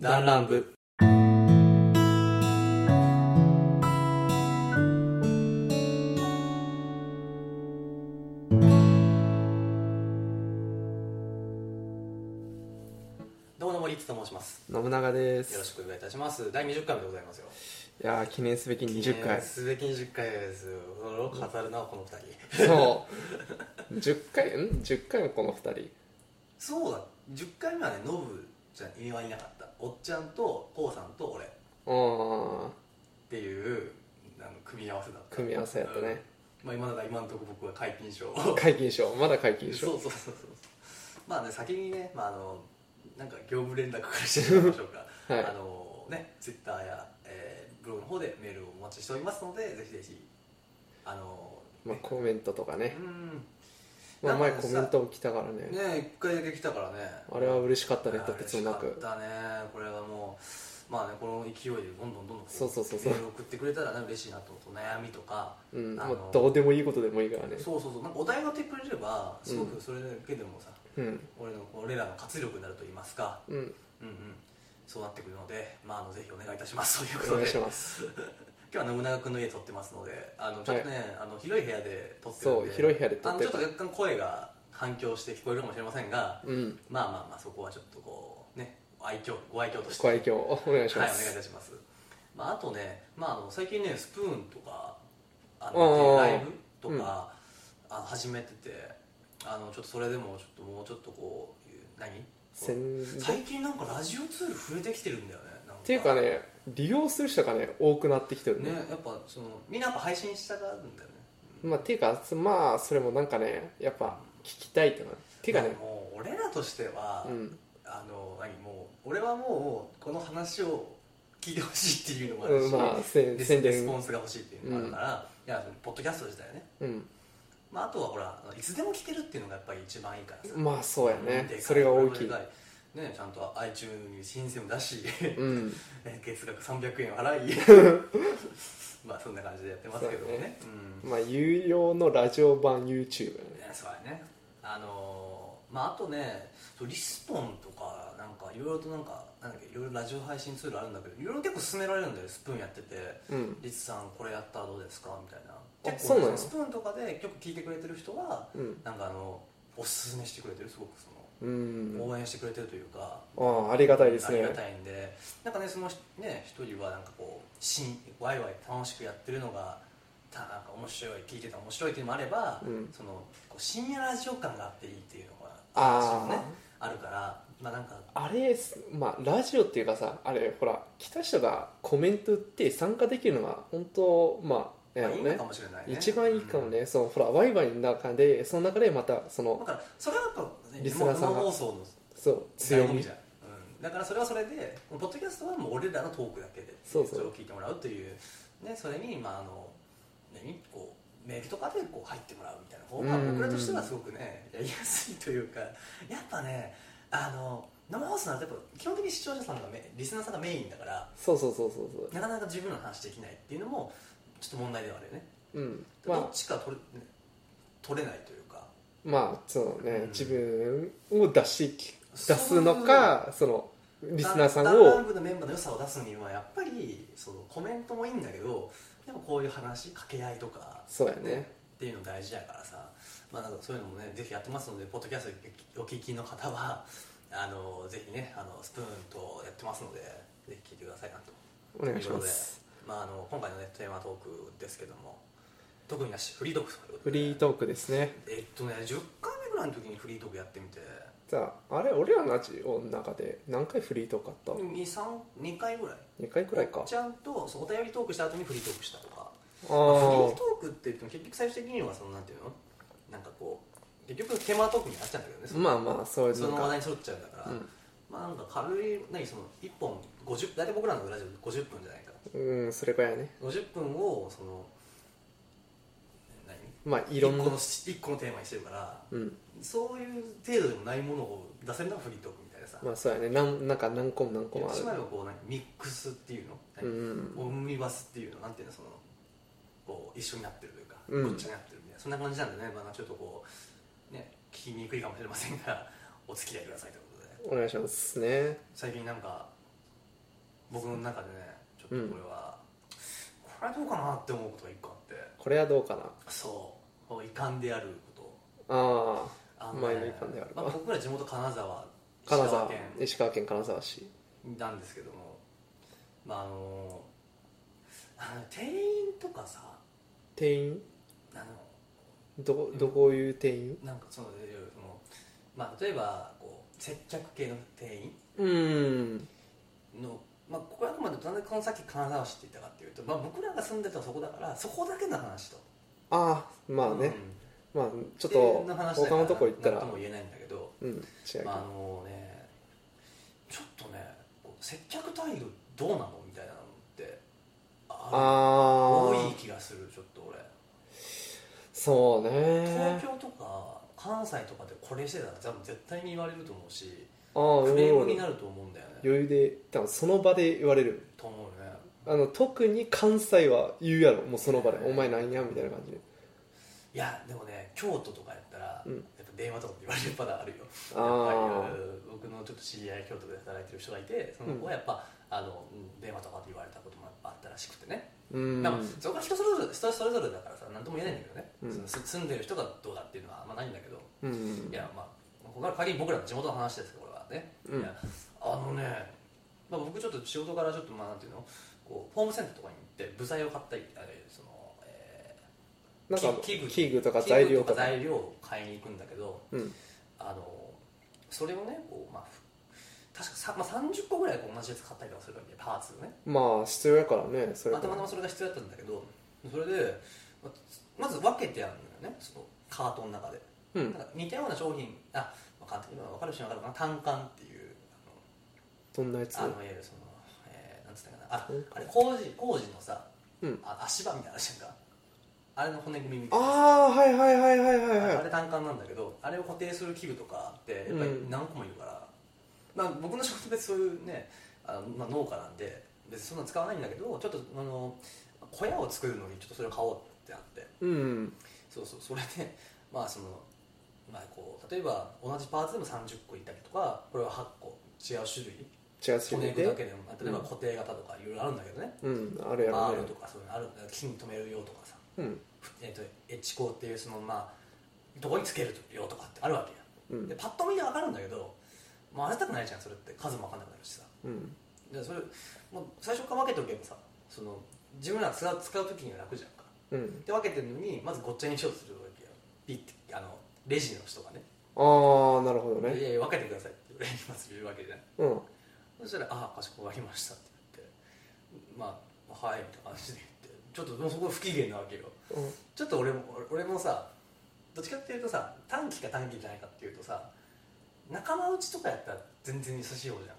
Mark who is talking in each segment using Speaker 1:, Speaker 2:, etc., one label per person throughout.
Speaker 1: ダンランブ
Speaker 2: どうも森木と申します。
Speaker 1: 信長で
Speaker 2: よろ
Speaker 1: す
Speaker 2: しくお願いいたします。第20回目でございますよ。
Speaker 1: いやー記念すべき20
Speaker 2: えー
Speaker 1: 回
Speaker 2: すべき20回です。それを語るのはこの2人。
Speaker 1: そう10回ん10回もこの2人
Speaker 2: そうだ、10回目はね、ノブちゃん、意味はいなかった。おっちゃんと、こうさんと俺っ
Speaker 1: うん
Speaker 2: ていうあの組み合わせだった。
Speaker 1: 組み合わせやったね
Speaker 2: うん。まあ今なら今のとこ僕は解禁賞。そ
Speaker 1: 解禁賞まだ解禁
Speaker 2: うそ
Speaker 1: 賞
Speaker 2: うそうそう。まあね、先にね、まああの、なんか業務連絡からしてしまいましょうか。
Speaker 1: はい
Speaker 2: あのね、ツイッターや、えーブログの方でメールをお待ちしておりますので、ぜひぜひ、あの、
Speaker 1: まあコメントとかね
Speaker 2: うん
Speaker 1: まあ前
Speaker 2: なんか
Speaker 1: コ
Speaker 2: さ
Speaker 1: メントも来たからね
Speaker 2: ね一回だけ来たからね
Speaker 1: あれは嬉しかっ
Speaker 2: った
Speaker 1: ねとてつもなく
Speaker 2: だねこれはもうまあねこの勢いでどんどんどんどん
Speaker 1: そうそうそうそう
Speaker 2: メール送ってくれたらね嬉しいなと思って悩みとか
Speaker 1: うん
Speaker 2: あ
Speaker 1: ま
Speaker 2: の
Speaker 1: あどうでもいいことでもいいからね
Speaker 2: そうそうそうなんかお題がってくれればすご
Speaker 1: う
Speaker 2: くそれだけでもさ、
Speaker 1: うん
Speaker 2: 俺の俺らの活力になると言いますか
Speaker 1: うん
Speaker 2: うんうんそうなってくるので、まあ、あのぜひお願いいたしますというこ
Speaker 1: お
Speaker 2: と
Speaker 1: 願
Speaker 2: で
Speaker 1: いします
Speaker 2: 今日は信長君の家で撮ってますのであのちょっとね、あの広い部屋で撮ってるんで
Speaker 1: そう広い部屋で撮ってる
Speaker 2: あのちょっと若干声が反響して聞こえるかもしれませんが、
Speaker 1: うん
Speaker 2: まあまあまあそこはちょっとこうね愛嬌ご愛嬌として
Speaker 1: ご愛嬌お願いしま
Speaker 2: はい、お願いい
Speaker 1: す
Speaker 2: たします、まあ、あとね、まあ、あの最近ねスプーンとかあ
Speaker 1: うん
Speaker 2: のライブとか、あの始めててあのちょっとそれでもちょっともうちょっとこう何
Speaker 1: 宣伝
Speaker 2: 最近なんかラジオツール増えてきてるんだよねなん
Speaker 1: っていうかね利用する人がね多くなってきてる
Speaker 2: ね
Speaker 1: ね
Speaker 2: やっぱそのみんなやっぱ配信したがるんだよね
Speaker 1: まあ、ていうかまあそれもなんかねやっぱ聞きたいってなていうかね
Speaker 2: でももう俺らとしては、
Speaker 1: うん、
Speaker 2: あの何もう俺はもうこの話を聞いてほしいっていうのもあるし、
Speaker 1: うん、まあせ
Speaker 2: レス
Speaker 1: 宣
Speaker 2: レスポ
Speaker 1: 伝
Speaker 2: ンスが欲しいっていうのもあるから、いやそのポッドキャスト自体はね、
Speaker 1: うん
Speaker 2: まあ、あとはほらいつでも聞けるっていうのがやっぱり一番いいからさ、
Speaker 1: まあそうや
Speaker 2: でか
Speaker 1: ねそれが大きい
Speaker 2: でかね、ちゃんと iTunes に申請も出し
Speaker 1: うん
Speaker 2: 月額300円 払い まあそんな感じでやってますけどもねうん
Speaker 1: まあ有料のラジオ版 YouTube やね
Speaker 2: ねそうやねあのーまああとねそうリスポンとかなんかいろいろとなんかなんだっけいろいろラジオ配信ツールあるんだけどいろいろ結構勧められるんだよスプーンやってて
Speaker 1: う
Speaker 2: 「
Speaker 1: ん
Speaker 2: リツさんこれやったらどうですか?」みたいな
Speaker 1: あ
Speaker 2: 結
Speaker 1: そう
Speaker 2: 構
Speaker 1: なの
Speaker 2: スプーンとかで曲聴いてくれてる人は
Speaker 1: うん
Speaker 2: なんかあのおすすめしてくれてるすごくその
Speaker 1: うん
Speaker 2: 応援してくれてるというか
Speaker 1: ああありがたいです
Speaker 2: あり
Speaker 1: ね
Speaker 2: がたいんでなんかねそのね一人はなんかこうしんワイワイ楽しくやってるのがたなんか面白い聞いてた面白いっていうのもあれば、
Speaker 1: うん
Speaker 2: そのこう深夜ラジオ感があっていいっていうのが
Speaker 1: あ
Speaker 2: 私もねあるからまあなんか
Speaker 1: あれまあラジオっていうかさあれほら来た人がコメント打って参加できるのが本当まあ
Speaker 2: ま
Speaker 1: や
Speaker 2: あ
Speaker 1: ろ
Speaker 2: いいの
Speaker 1: ね
Speaker 2: かもしれないね
Speaker 1: 一番いいかもね、そのほらワイワイの中でその中でまたそ
Speaker 2: うんだ
Speaker 1: の
Speaker 2: からそれはやっぱ、ね、
Speaker 1: リスナーさんが
Speaker 2: 生放送の
Speaker 1: そう強
Speaker 2: 醍醐味
Speaker 1: み
Speaker 2: じゃん、うん、だからそれはそれでこのポッドキャストはもう俺らのトークだけで
Speaker 1: そうそう
Speaker 2: れを聞いてもらうという、ね、それに、まあ、あの何こうメールとかでこう入ってもらうみたいな方
Speaker 1: うんうんう
Speaker 2: が僕ら
Speaker 1: ん
Speaker 2: としてはすごくねやりやすいというかやっぱねあの生放送なんてやっぱ基本的に視聴者さんがメリスナーさんがメインだから
Speaker 1: そうそうそうそうそう
Speaker 2: なかなか自分らの話できないっていうのもちょっと問題ではあるよね、
Speaker 1: うん、
Speaker 2: ど
Speaker 1: ま
Speaker 2: っちか取れ取れないというか
Speaker 1: あまあそうね、
Speaker 2: うん
Speaker 1: 自分を出し
Speaker 2: そう
Speaker 1: 出すのかそのリスナーさん
Speaker 2: ダダンラ
Speaker 1: を
Speaker 2: ンブのメンバーの良さを出すにはやっぱりそのコメントもいいんだけどでもこういう話掛け合いとか
Speaker 1: そうやね
Speaker 2: っていうの大事やからさ、まあ、なんかそういうのもねぜひやってますのでポッドキャストお聞きの方はあのぜひねあのスプーンとやってますのでぜひ聞いてくださいなと
Speaker 1: お願いします
Speaker 2: ということで、まあ、あの今回の、ね、テーマトークですけども特になしフリートークということ
Speaker 1: フ
Speaker 2: で
Speaker 1: リートークですね
Speaker 2: えっとね10回目ぐらいの時にフリートークやってみて
Speaker 1: じゃああれ俺らのラジオの中で何回フリートークあった、
Speaker 2: 2回ぐらい
Speaker 1: 2回くらいか
Speaker 2: ちゃんとそうお便りトークした後にフリートークしたとか
Speaker 1: あ
Speaker 2: まあフリート
Speaker 1: ー
Speaker 2: ークって言っても結局最終的にはそのなんていうのなんかこう結局テーマトークになっちゃうんだけどねその
Speaker 1: まあまあそういう
Speaker 2: そ
Speaker 1: の
Speaker 2: の話
Speaker 1: か
Speaker 2: 題に沿っちゃうんだから、
Speaker 1: うん
Speaker 2: まあなんか軽い何その1本50大体僕らのラジオ50分じゃないか
Speaker 1: うんそれくらいやね
Speaker 2: 50分をその何
Speaker 1: まあいろん
Speaker 2: 1
Speaker 1: な
Speaker 2: 個の一個のテーマにしてるから
Speaker 1: うん
Speaker 2: そういう程度でもないものを出せるのがフリートークみたいなさ、
Speaker 1: まあそうやねなんなんか何個も何個
Speaker 2: 言
Speaker 1: も
Speaker 2: っ
Speaker 1: あ
Speaker 2: てしまえ
Speaker 1: る
Speaker 2: ばこう何ミックスっていうの、何
Speaker 1: うん
Speaker 2: オムニバスっていうのなんていうのそのこう一緒になってるというか、
Speaker 1: うん
Speaker 2: ごっちゃになってるみたいなそんな感じなんでね、まあ、ちょっとこうね聞き にくいかもしれませんがお付き合いくださいということで
Speaker 1: お願いしますね
Speaker 2: 最近なんか僕の中でねちょっとこれは、これはどうかなって思うことが一個あって
Speaker 1: これはどうかな
Speaker 2: そう遺憾であること
Speaker 1: ああ
Speaker 2: あ
Speaker 1: 前の遺憾である
Speaker 2: まあ、僕ら地元金沢
Speaker 1: 金
Speaker 2: 石川
Speaker 1: 沢
Speaker 2: 県
Speaker 1: 石川県金沢市
Speaker 2: なんですけどもまああのあの店員とかさ
Speaker 1: 店員
Speaker 2: あの
Speaker 1: どどこいう店員
Speaker 2: なんかそのいろいろその、まあ、例えばこう接客系の店
Speaker 1: うーん
Speaker 2: 員の、まあ、ここはあくまでなんでこのさっき金沢市って言ったかっていうと、まあ、僕らが住んでたとこだからそこだけの話と
Speaker 1: ああまあ
Speaker 2: う
Speaker 1: ね
Speaker 2: ん、
Speaker 1: まあちょ
Speaker 2: 店
Speaker 1: っと
Speaker 2: 員の話だから
Speaker 1: 他のとこ行った
Speaker 2: なん
Speaker 1: ら
Speaker 2: とも言えないんだけど
Speaker 1: うん違うけど、
Speaker 2: まああのねちょっとねこう接客態度どうなのみたいなのってある
Speaker 1: あ
Speaker 2: 多
Speaker 1: ー
Speaker 2: い気がするちょっと俺
Speaker 1: そう
Speaker 2: 東
Speaker 1: ね
Speaker 2: 京とか関西とかでこれしてたら多分絶対に言われると思うし
Speaker 1: ああ
Speaker 2: クレームにな
Speaker 1: る
Speaker 2: ると思うんだよね
Speaker 1: 余裕で多分その場で言われる
Speaker 2: と思うよね
Speaker 1: あの特に関西は言うやろもうその場で「お前なんや?」みたいな感じで
Speaker 2: いやでもね京都とかやったら、
Speaker 1: うん
Speaker 2: やっぱ電話とかで言われるパターンあるよ
Speaker 1: あ
Speaker 2: やっぱ
Speaker 1: ー
Speaker 2: りうん僕のちょっと知り合い京都で働いてる人がいてその子はやっぱ、あのうん電話とかで言われたこともやっぱあったらしくてね、
Speaker 1: うん
Speaker 2: でもそこは人それぞれ人それぞれだからさ何とも言えないんだけどね、
Speaker 1: うん
Speaker 2: そのす住んでる人がどうだっていうのはあんまないんだけど
Speaker 1: うん
Speaker 2: いやまあここから限り僕らの地元の話ですよこれはね、
Speaker 1: うん
Speaker 2: いやあのね、まあ、僕ちょっと仕事からちょっとまあなんていうのこうホームセンターとかに行って部材を買ったりあのその、えー
Speaker 1: なんか
Speaker 2: き器具
Speaker 1: 器具とか材料
Speaker 2: 器具
Speaker 1: とか
Speaker 2: 材料を買いに行くんだけど
Speaker 1: うん
Speaker 2: あのそれをねこう、まあ、ふ確かさ、まあ、30個ぐらいこう同じやつ買ったりとかするわけでパーツをね
Speaker 1: まあ必要やからねそれ
Speaker 2: まあたまたまそれが必要だったんだけどそれでまあまず分けてあるのよねそのカートの中で。
Speaker 1: う
Speaker 2: なん
Speaker 1: ん
Speaker 2: か似たような商品あ分かんない今分かる人分かるかな単管っていう
Speaker 1: どんなやつ
Speaker 2: あのあのいわゆるその、えー、なんつったかなああれ工事工事のさ、
Speaker 1: うん
Speaker 2: あ足場みたいなのあるじゃんかあれの骨組みみたいなや
Speaker 1: ああーはいはいはいはいはい
Speaker 2: つあ
Speaker 1: は
Speaker 2: あれ単管なんだけどあれを固定する器具とかってやっぱり
Speaker 1: うん
Speaker 2: 何個もいるから、まあ、僕の仕事でそういうねあの、まあ、農家なんで別にそんな使わないんだけどちょっとあの小屋を作るのにちょっとそれを買おうってなって
Speaker 1: いうん
Speaker 2: そうそうそれで まあその、まあ、こう例えば同じパーツでも30個いたりとかこれは8個違う種類
Speaker 1: 違う
Speaker 2: 骨
Speaker 1: 種類
Speaker 2: 肉だけ
Speaker 1: で
Speaker 2: でもまあ例えば固定型とかいろいろあるんだけどね
Speaker 1: うんあるや
Speaker 2: バ
Speaker 1: ろ
Speaker 2: ール
Speaker 1: ね
Speaker 2: とかそういうのあるんだけど木に留める用とかさ、
Speaker 1: うん
Speaker 2: えっとエッチコーっていうそのまあどこにつける用とかってあるわけや、
Speaker 1: う
Speaker 2: で
Speaker 1: ん
Speaker 2: パッと見て分かるんだけど混ぜたくないじゃんそれって数も分かんなくなるしさ
Speaker 1: うん
Speaker 2: でそれもう最初から分けておけばさその自分らが使う使う時には楽じゃんか
Speaker 1: うん
Speaker 2: で分けてるのにまずごっちゃにしようとするわけよピッてあのレジの人がね
Speaker 1: ああなるほど
Speaker 2: い
Speaker 1: ね
Speaker 2: やいや分けてくださいって俺にまず言うわけじゃん
Speaker 1: うん
Speaker 2: そしたら「ああかしこまりました」って言って「まあはい」みたいな感じで言ってちょっともうそこ不機嫌なわけよ
Speaker 1: うん
Speaker 2: ちょっと俺も俺もさどっちかっていうとさ短期か短期じゃないかっていうとさ仲間内とかやったら全然優しい方じゃん
Speaker 1: ああ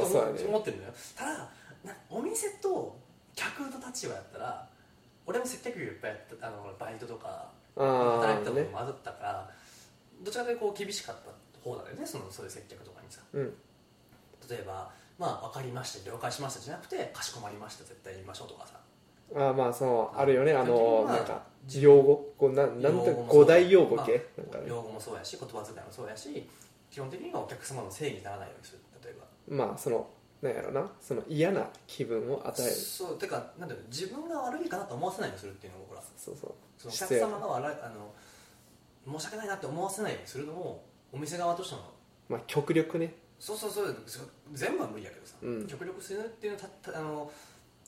Speaker 2: と
Speaker 1: そ
Speaker 2: 思
Speaker 1: うや
Speaker 2: っ
Speaker 1: ね
Speaker 2: 思ってるのよただなお店と客の立場やったら俺も接客業いっぱいやったあのほらバイトとか働
Speaker 1: あ
Speaker 2: いて
Speaker 1: あ
Speaker 2: たの
Speaker 1: ね
Speaker 2: も混ざったからどちらかというとこう厳しかった方だよねそのそういう接客とかにさ
Speaker 1: うん
Speaker 2: 例えば「まあ分かりました了解しました」じゃなくて「かしこまりました絶対言いましょう」とかさ
Speaker 1: ああまあそのあるよねあの
Speaker 2: まあ
Speaker 1: なんか用語こうなんなんて
Speaker 2: 用語もそう
Speaker 1: 五大用語系なん
Speaker 2: ま
Speaker 1: か
Speaker 2: あ
Speaker 1: ね
Speaker 2: 用語もそうやし言葉遣いもそうやし基本的にはお客様のせいにならないようにする例えば
Speaker 1: まあそのなんやろなその嫌な気分を与える
Speaker 2: そうてかなんだろう自分が悪いかなと思わせないようにするっていうのもほら
Speaker 1: そうそう
Speaker 2: そのお客
Speaker 1: 姿勢
Speaker 2: 様が悪いあの申し訳ないなって思わせないようにするのもお店側としての
Speaker 1: まあ極力ね
Speaker 2: そうそうそうそう全部は無理やけどさ、
Speaker 1: うん
Speaker 2: 極力するっていうのはたたあの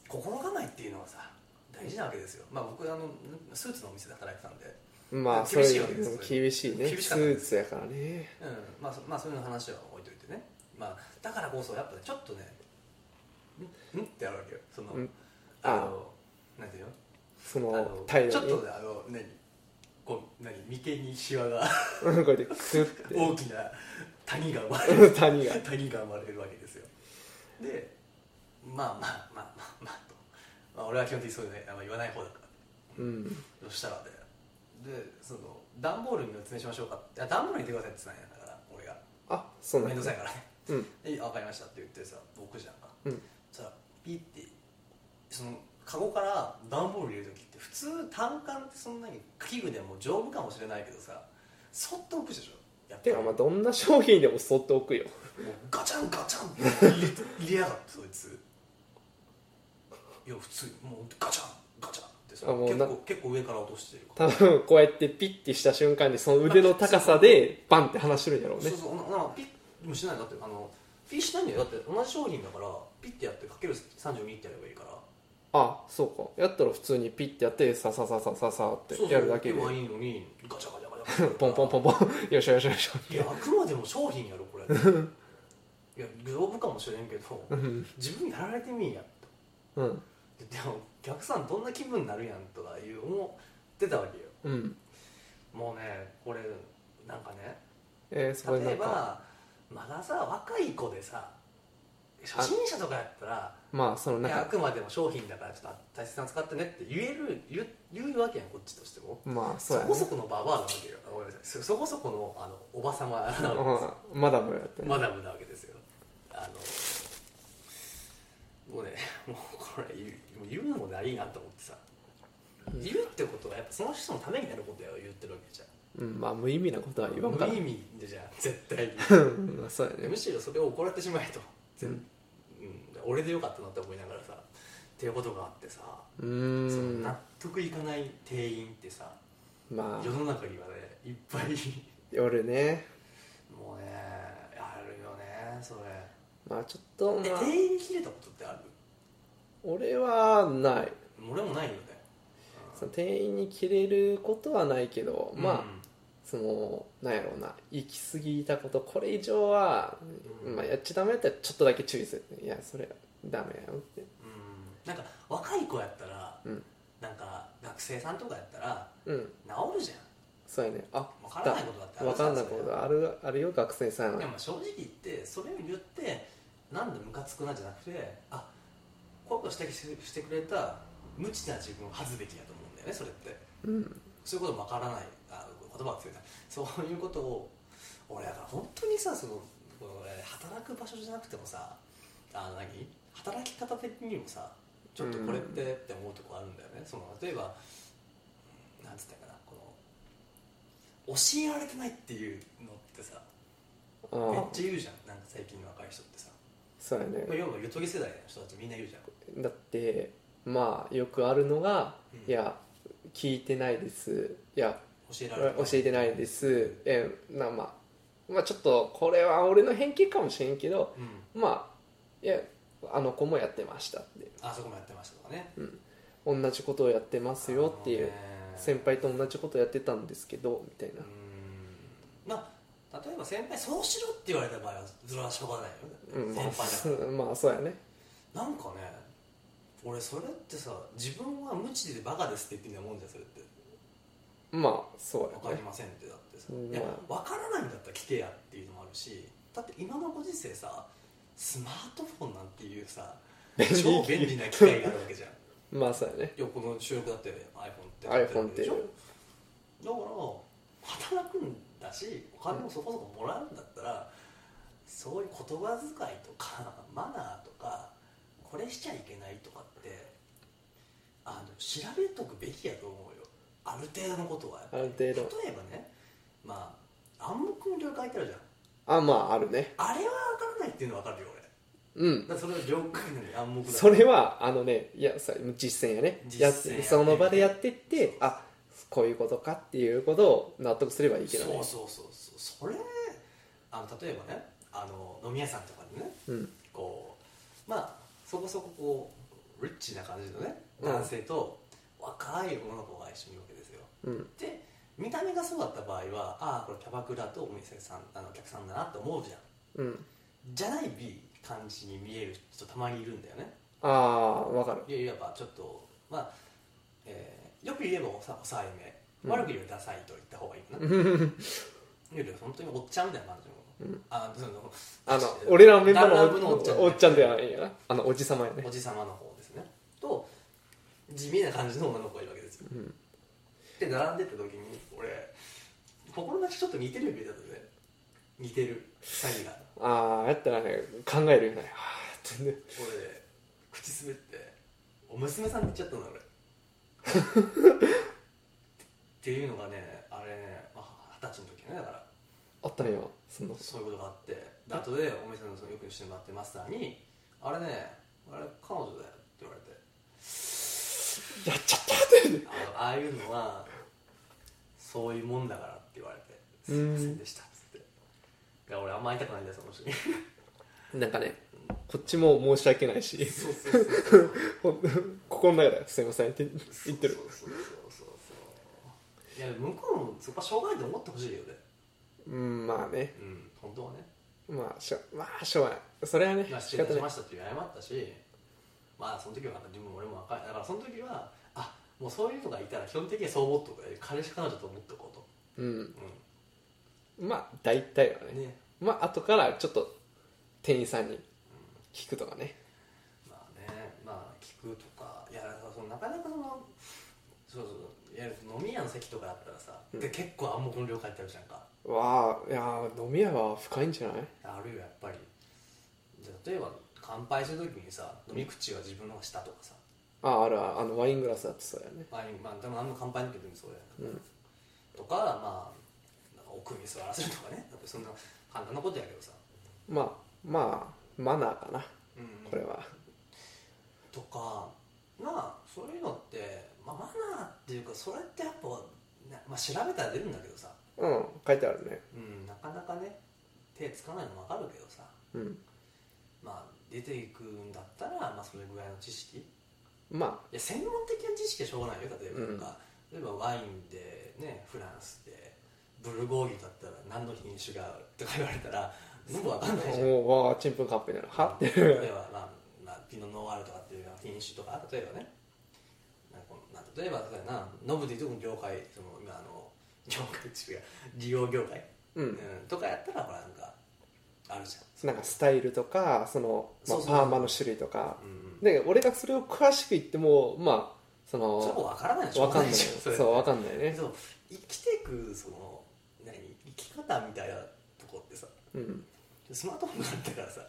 Speaker 2: 心構えっていうのはさ大事なわけですよまあ僕あのスーツのお店で働いてたんで、
Speaker 1: まあそう
Speaker 2: 厳しい
Speaker 1: い
Speaker 2: わけです
Speaker 1: う厳しいね
Speaker 2: 厳し
Speaker 1: ス
Speaker 2: かったで
Speaker 1: ー
Speaker 2: す
Speaker 1: ツやからね
Speaker 2: うんまあ、そまあそういうの話は置いといてね、まあ、だからこそやっぱちょっとねんんってあるわけよその、
Speaker 1: うん
Speaker 2: あのなんていうの
Speaker 1: そ
Speaker 2: あ
Speaker 1: の態
Speaker 2: のち
Speaker 1: 度
Speaker 2: ょっ
Speaker 1: に
Speaker 2: とねあの何こう何眉間にシワが
Speaker 1: うんこうやってクスって
Speaker 2: 大きな谷が生まれる
Speaker 1: 谷が
Speaker 2: 谷が生まれるわけですよでまあまあまあまあまあと、まあ、俺は基本的にそういうねあんま言わない方だから
Speaker 1: うん
Speaker 2: そしたらねでその段ボールにお詰めしましょうかってあ段ボールに入れてくださいって言ったんやだから俺が
Speaker 1: あそうな
Speaker 2: 面
Speaker 1: ん
Speaker 2: 倒
Speaker 1: だ
Speaker 2: くさいからね
Speaker 1: うん
Speaker 2: 「え分かりました」って言ってさ僕じゃんか
Speaker 1: うん
Speaker 2: そしたらピッてそのカゴから段ボール入れる時って普通単管ってそんなに器具でも丈夫かもしれないけどさそっと置くでしょやっぱ
Speaker 1: て
Speaker 2: り
Speaker 1: かま
Speaker 2: も
Speaker 1: あ
Speaker 2: う
Speaker 1: どんな商品でもそっと置くよ
Speaker 2: ガチャンガチャンって入れて入れやがってそいついや普通にもうガチャンガチャンってさ
Speaker 1: あもう
Speaker 2: 結
Speaker 1: な
Speaker 2: 構結構上から落としてるから
Speaker 1: 多分こうやってピッてした瞬間にその腕の高さでバンって離してるんやろうね
Speaker 2: そうそうななんかピッでもしないだってあのピッしないんだよだって同じ商品だからピッてやってかける32ってやればいいから
Speaker 1: あそうかやったら普通にピッてやってささささささって
Speaker 2: そうそう
Speaker 1: やるだけで
Speaker 2: 言えばいいのにガチャガチャガチャ
Speaker 1: ポンポンポンポンよいしょよいしょよいしょ
Speaker 2: いやあくまでも商品やろ これいや丈夫かもしれんけど
Speaker 1: うん
Speaker 2: 自分やられてみんやと
Speaker 1: うん
Speaker 2: ででもお客さんどんな気分になるやんとかいう思ってたわけよ
Speaker 1: うん
Speaker 2: もうねこれなんかね
Speaker 1: えー、すごいな
Speaker 2: 例え
Speaker 1: んか
Speaker 2: ばまださ若い子でさ初心者とかやったら
Speaker 1: まあその
Speaker 2: い
Speaker 1: なん
Speaker 2: やあ
Speaker 1: か
Speaker 2: くまでも商品だからちょっと大切なの使ってねって言える言う言うわけやんこっちとしても
Speaker 1: まあそ
Speaker 2: そう
Speaker 1: やね
Speaker 2: こそこのババアなわけよあごめんなさいそそこそこのあのおばさまなわけですよ
Speaker 1: うんマダムやってね
Speaker 2: マダムなわけですよあのもうねもうこれ言う言うのもないなと思ってさ
Speaker 1: うん
Speaker 2: 言うってことはやっぱその人のためになることや言ってるわけじゃん
Speaker 1: うんまあ無意味なことは言わんから
Speaker 2: 無意味でじゃん絶対に
Speaker 1: うんまあそうや
Speaker 2: む
Speaker 1: ね
Speaker 2: しろそれを怒られてしまえと、
Speaker 1: う
Speaker 2: うん
Speaker 1: ん
Speaker 2: 俺でよかったなって思いながらさっていうことがあってさ
Speaker 1: う
Speaker 2: その
Speaker 1: ーん
Speaker 2: 納得いかない店員ってさ
Speaker 1: ま
Speaker 2: 世の中にはねいっぱい
Speaker 1: あ俺ね
Speaker 2: もうねあるよねそれ
Speaker 1: まあちょっと
Speaker 2: え
Speaker 1: まあ
Speaker 2: 店員に切れたことってある
Speaker 1: 俺はない
Speaker 2: 俺もないよね
Speaker 1: その店員に切れることはないけど、
Speaker 2: うん
Speaker 1: まあそのなんやろうな行き過ぎたことこれ以上は、
Speaker 2: うん
Speaker 1: まあ、やっちゃダメだったらちょっとだけ注意するいやそれダメやよって
Speaker 2: うんなんか若い子やったら、
Speaker 1: うん
Speaker 2: なんか学生さんとかやったら
Speaker 1: うん
Speaker 2: 治るじゃん
Speaker 1: そうやねあ
Speaker 2: 分からないことだってある
Speaker 1: 分
Speaker 2: じゃ
Speaker 1: かんないことあるあるよ学生さん
Speaker 2: で
Speaker 1: は
Speaker 2: も正直言ってそれを言ってなんでムカつくなじゃなくてあこういうこと指摘してしてくれた無知な自分を恥ずべきだと思うんだよねそれって
Speaker 1: うん
Speaker 2: そういうことわからないあ言葉がついたそういうことを俺だから本当にさそのこれ働く場所じゃなくてもさあの何働き方的にもさちょっとこれってって思うとこあるんだよねその例えばうんなんつったらいいかなこの教えられてないっていうのってさ
Speaker 1: あ
Speaker 2: めっ
Speaker 1: あ
Speaker 2: ちゃ言うじゃんなんか最近の若い人ってさ、
Speaker 1: そうやね
Speaker 2: まあ、要はゆとり世代の人たちみんな言うじゃん、
Speaker 1: だってまあよくあるのが
Speaker 2: うん
Speaker 1: いや聞いてないですいや
Speaker 2: 教えられ、
Speaker 1: 教えてないですすえなまあまあちょっとこれは俺の偏見かもしれんけど
Speaker 2: うん、
Speaker 1: まあいやあの子もやってましたって
Speaker 2: あそこもやってましたとかね
Speaker 1: 同じことをやってますよっていう
Speaker 2: あのね
Speaker 1: 先輩と同じことやってたんですけどみたいうなん
Speaker 2: まあ例えば先輩そうしろって言われた場合はそれはしょうがないよ
Speaker 1: う
Speaker 2: ね、
Speaker 1: んま
Speaker 2: 先輩だから
Speaker 1: あ まあそうやね
Speaker 2: なんかね俺それってさ自分は無知でバカですって言ってんだもんじゃんそれって
Speaker 1: まあそう
Speaker 2: 分
Speaker 1: や
Speaker 2: か
Speaker 1: ね
Speaker 2: りませんってだってさ、
Speaker 1: うん
Speaker 2: いや分からないんだったら聞けやっていうのもあるしだって今のご時世さスマートフォンなんていう さ超便利な機械があるわけじゃん
Speaker 1: まあそうやね
Speaker 2: いやこの収録だって iPhone って
Speaker 1: iPhone って
Speaker 2: だから働くんだしお金もそこそこもらうんだったら、そういう言葉遣いとかマナーとかこれしちゃいけないとかってあの調べとくべきやと思うよある程度のことはやっぱ
Speaker 1: あ
Speaker 2: り
Speaker 1: る程度
Speaker 2: 例えばねまあ暗黙の了解ってあるじゃん
Speaker 1: あまああるね
Speaker 2: あれは分からないっていうのは分かるよ俺
Speaker 1: うん
Speaker 2: だからそれは了解なのに暗黙だから
Speaker 1: それはあのねいやそれ実践やね
Speaker 2: 実践
Speaker 1: や
Speaker 2: や
Speaker 1: っ
Speaker 2: ね
Speaker 1: てその場でやってっ
Speaker 2: そう
Speaker 1: てあこういうことかっていうことを納得すればいいけど
Speaker 2: そう
Speaker 1: ね
Speaker 2: そうそうそうそれあの例えばねあの飲み屋さんとかでね
Speaker 1: うん
Speaker 2: こうまあそこそここうリッチな感じのね
Speaker 1: うん
Speaker 2: 男性と若い女の子が一緒にいるわけですよ
Speaker 1: うん
Speaker 2: で見た目がそうだった場合はああこれキャバクラとお店さんあのお客さんだなって思うじゃん
Speaker 1: うん
Speaker 2: じゃない B 感じに見える人たまにいるんだよね
Speaker 1: ああわかる
Speaker 2: いやいわばちょっとまあ、えーよく言えばおさ抑え
Speaker 1: うん
Speaker 2: め悪く言えばダサいと言った方がいいかな、いやいや本当におっちゃんみたいな感じの、
Speaker 1: うん
Speaker 2: あその
Speaker 1: あの俺らのメンバ
Speaker 2: ラ
Speaker 1: ー
Speaker 2: ンブ
Speaker 1: の
Speaker 2: の
Speaker 1: お
Speaker 2: おっちゃん
Speaker 1: おっちゃんではないよなあのおじさまやね
Speaker 2: おじ様の方ですねと地味な感じの女の子がいるわけですよ
Speaker 1: うん
Speaker 2: で並んでった時に俺心なしちょっと似てるよ見た時ね似てる詐欺が
Speaker 1: ああやったらね考えるよねああってね
Speaker 2: 俺ね口滑ってお娘さんって言っちゃったんだ俺っていうのがねあれねまあ二十歳の時ねだから
Speaker 1: あったんよその
Speaker 2: そういうことがあってで後でお店のそのよくしてもらってるマスターに「あれねあれ彼女だよ」って言われてああいうのはそういうもんだからって言われて「す
Speaker 1: う
Speaker 2: い
Speaker 1: ん
Speaker 2: ませんでした」っつっていや俺あんま会いたくないんだよその人に
Speaker 1: なんかねこっちも申し訳ないし
Speaker 2: そうそうそうそう
Speaker 1: ほん心の中で「すいません」って言ってる
Speaker 2: そうそうそうそういや向こうもそこはしょうがないと思ってほしいよね
Speaker 1: うんまあね
Speaker 2: うん本当はね
Speaker 1: まあしょまあしょうがないそれはね
Speaker 2: まあ
Speaker 1: 仕
Speaker 2: 失礼いたし
Speaker 1: 方な
Speaker 2: ま
Speaker 1: い
Speaker 2: したっていう謝ったしまあその時はなんか自分も俺も若いだからその時はあもうそういうのがいたら基本的にはそう思っとく彼氏彼女と思っておこう
Speaker 1: うん
Speaker 2: と、う
Speaker 1: まあ大体はね
Speaker 2: ん、ね
Speaker 1: まあ後からちょっと店員さんに聞くとかね
Speaker 2: まあねまあ聞くとかいやだからそのなかなかそのそうそういや飲み屋の席とかだったらさ、
Speaker 1: うん
Speaker 2: で結構暗黙の了解ってあるじゃんか
Speaker 1: わあいやー飲み屋は深いんじゃない
Speaker 2: あるよやっぱりじゃあ例えば乾杯する時にさ飲み口は自分の方が下とかさ、
Speaker 1: ああるあるあのワイングラスだってそうだよね
Speaker 2: まあ、まあでもあんま乾杯の時にそうやな
Speaker 1: うん
Speaker 2: とかまあなんか奥に座らせるとかねやっぱそんな簡単なことやけどさ、
Speaker 1: まあまあマナーかな
Speaker 2: うん
Speaker 1: これは
Speaker 2: とかまあそういうのって、まあ、マナーっていうかそれってやっぱ、なまあ、調べたら出るんだけどさ、
Speaker 1: うん書いてあるね
Speaker 2: うん、なかなかね手つかないのも分かるけどさ
Speaker 1: うん
Speaker 2: まあ出ていくんだったら、まあ、それぐらいの知識い
Speaker 1: ま
Speaker 2: や専門的な知識はしょうがないよ例えば
Speaker 1: うん
Speaker 2: なんか、例えばワインでねフランスでブルゴーニュだったら何の品種がとか言われたら全部分かんないじゃん
Speaker 1: あもうわあちんぷんかんぷんだなはって
Speaker 2: 例えば、まあまあ、ピノ・ノワールとかっていうような品種とか例えばねなんかこのまあ例えばそうやなノブでいうとこの業界その今あの業界っていうか利用業界、
Speaker 1: う
Speaker 2: うん
Speaker 1: ん
Speaker 2: とかやったらほらなんかあるじゃ
Speaker 1: なんかスタイルとかその、ま
Speaker 2: そ
Speaker 1: あ、
Speaker 2: うそう
Speaker 1: パーマの種類とか
Speaker 2: ん、うんうん、
Speaker 1: で俺がそれを詳しく言ってもまあその
Speaker 2: それも分からないでしょ
Speaker 1: わかんない
Speaker 2: しょ
Speaker 1: そう
Speaker 2: れ
Speaker 1: わかんないね
Speaker 2: そう生きていくその何生き方みたいなとこってさ
Speaker 1: うん
Speaker 2: スマートフォンがあったからさ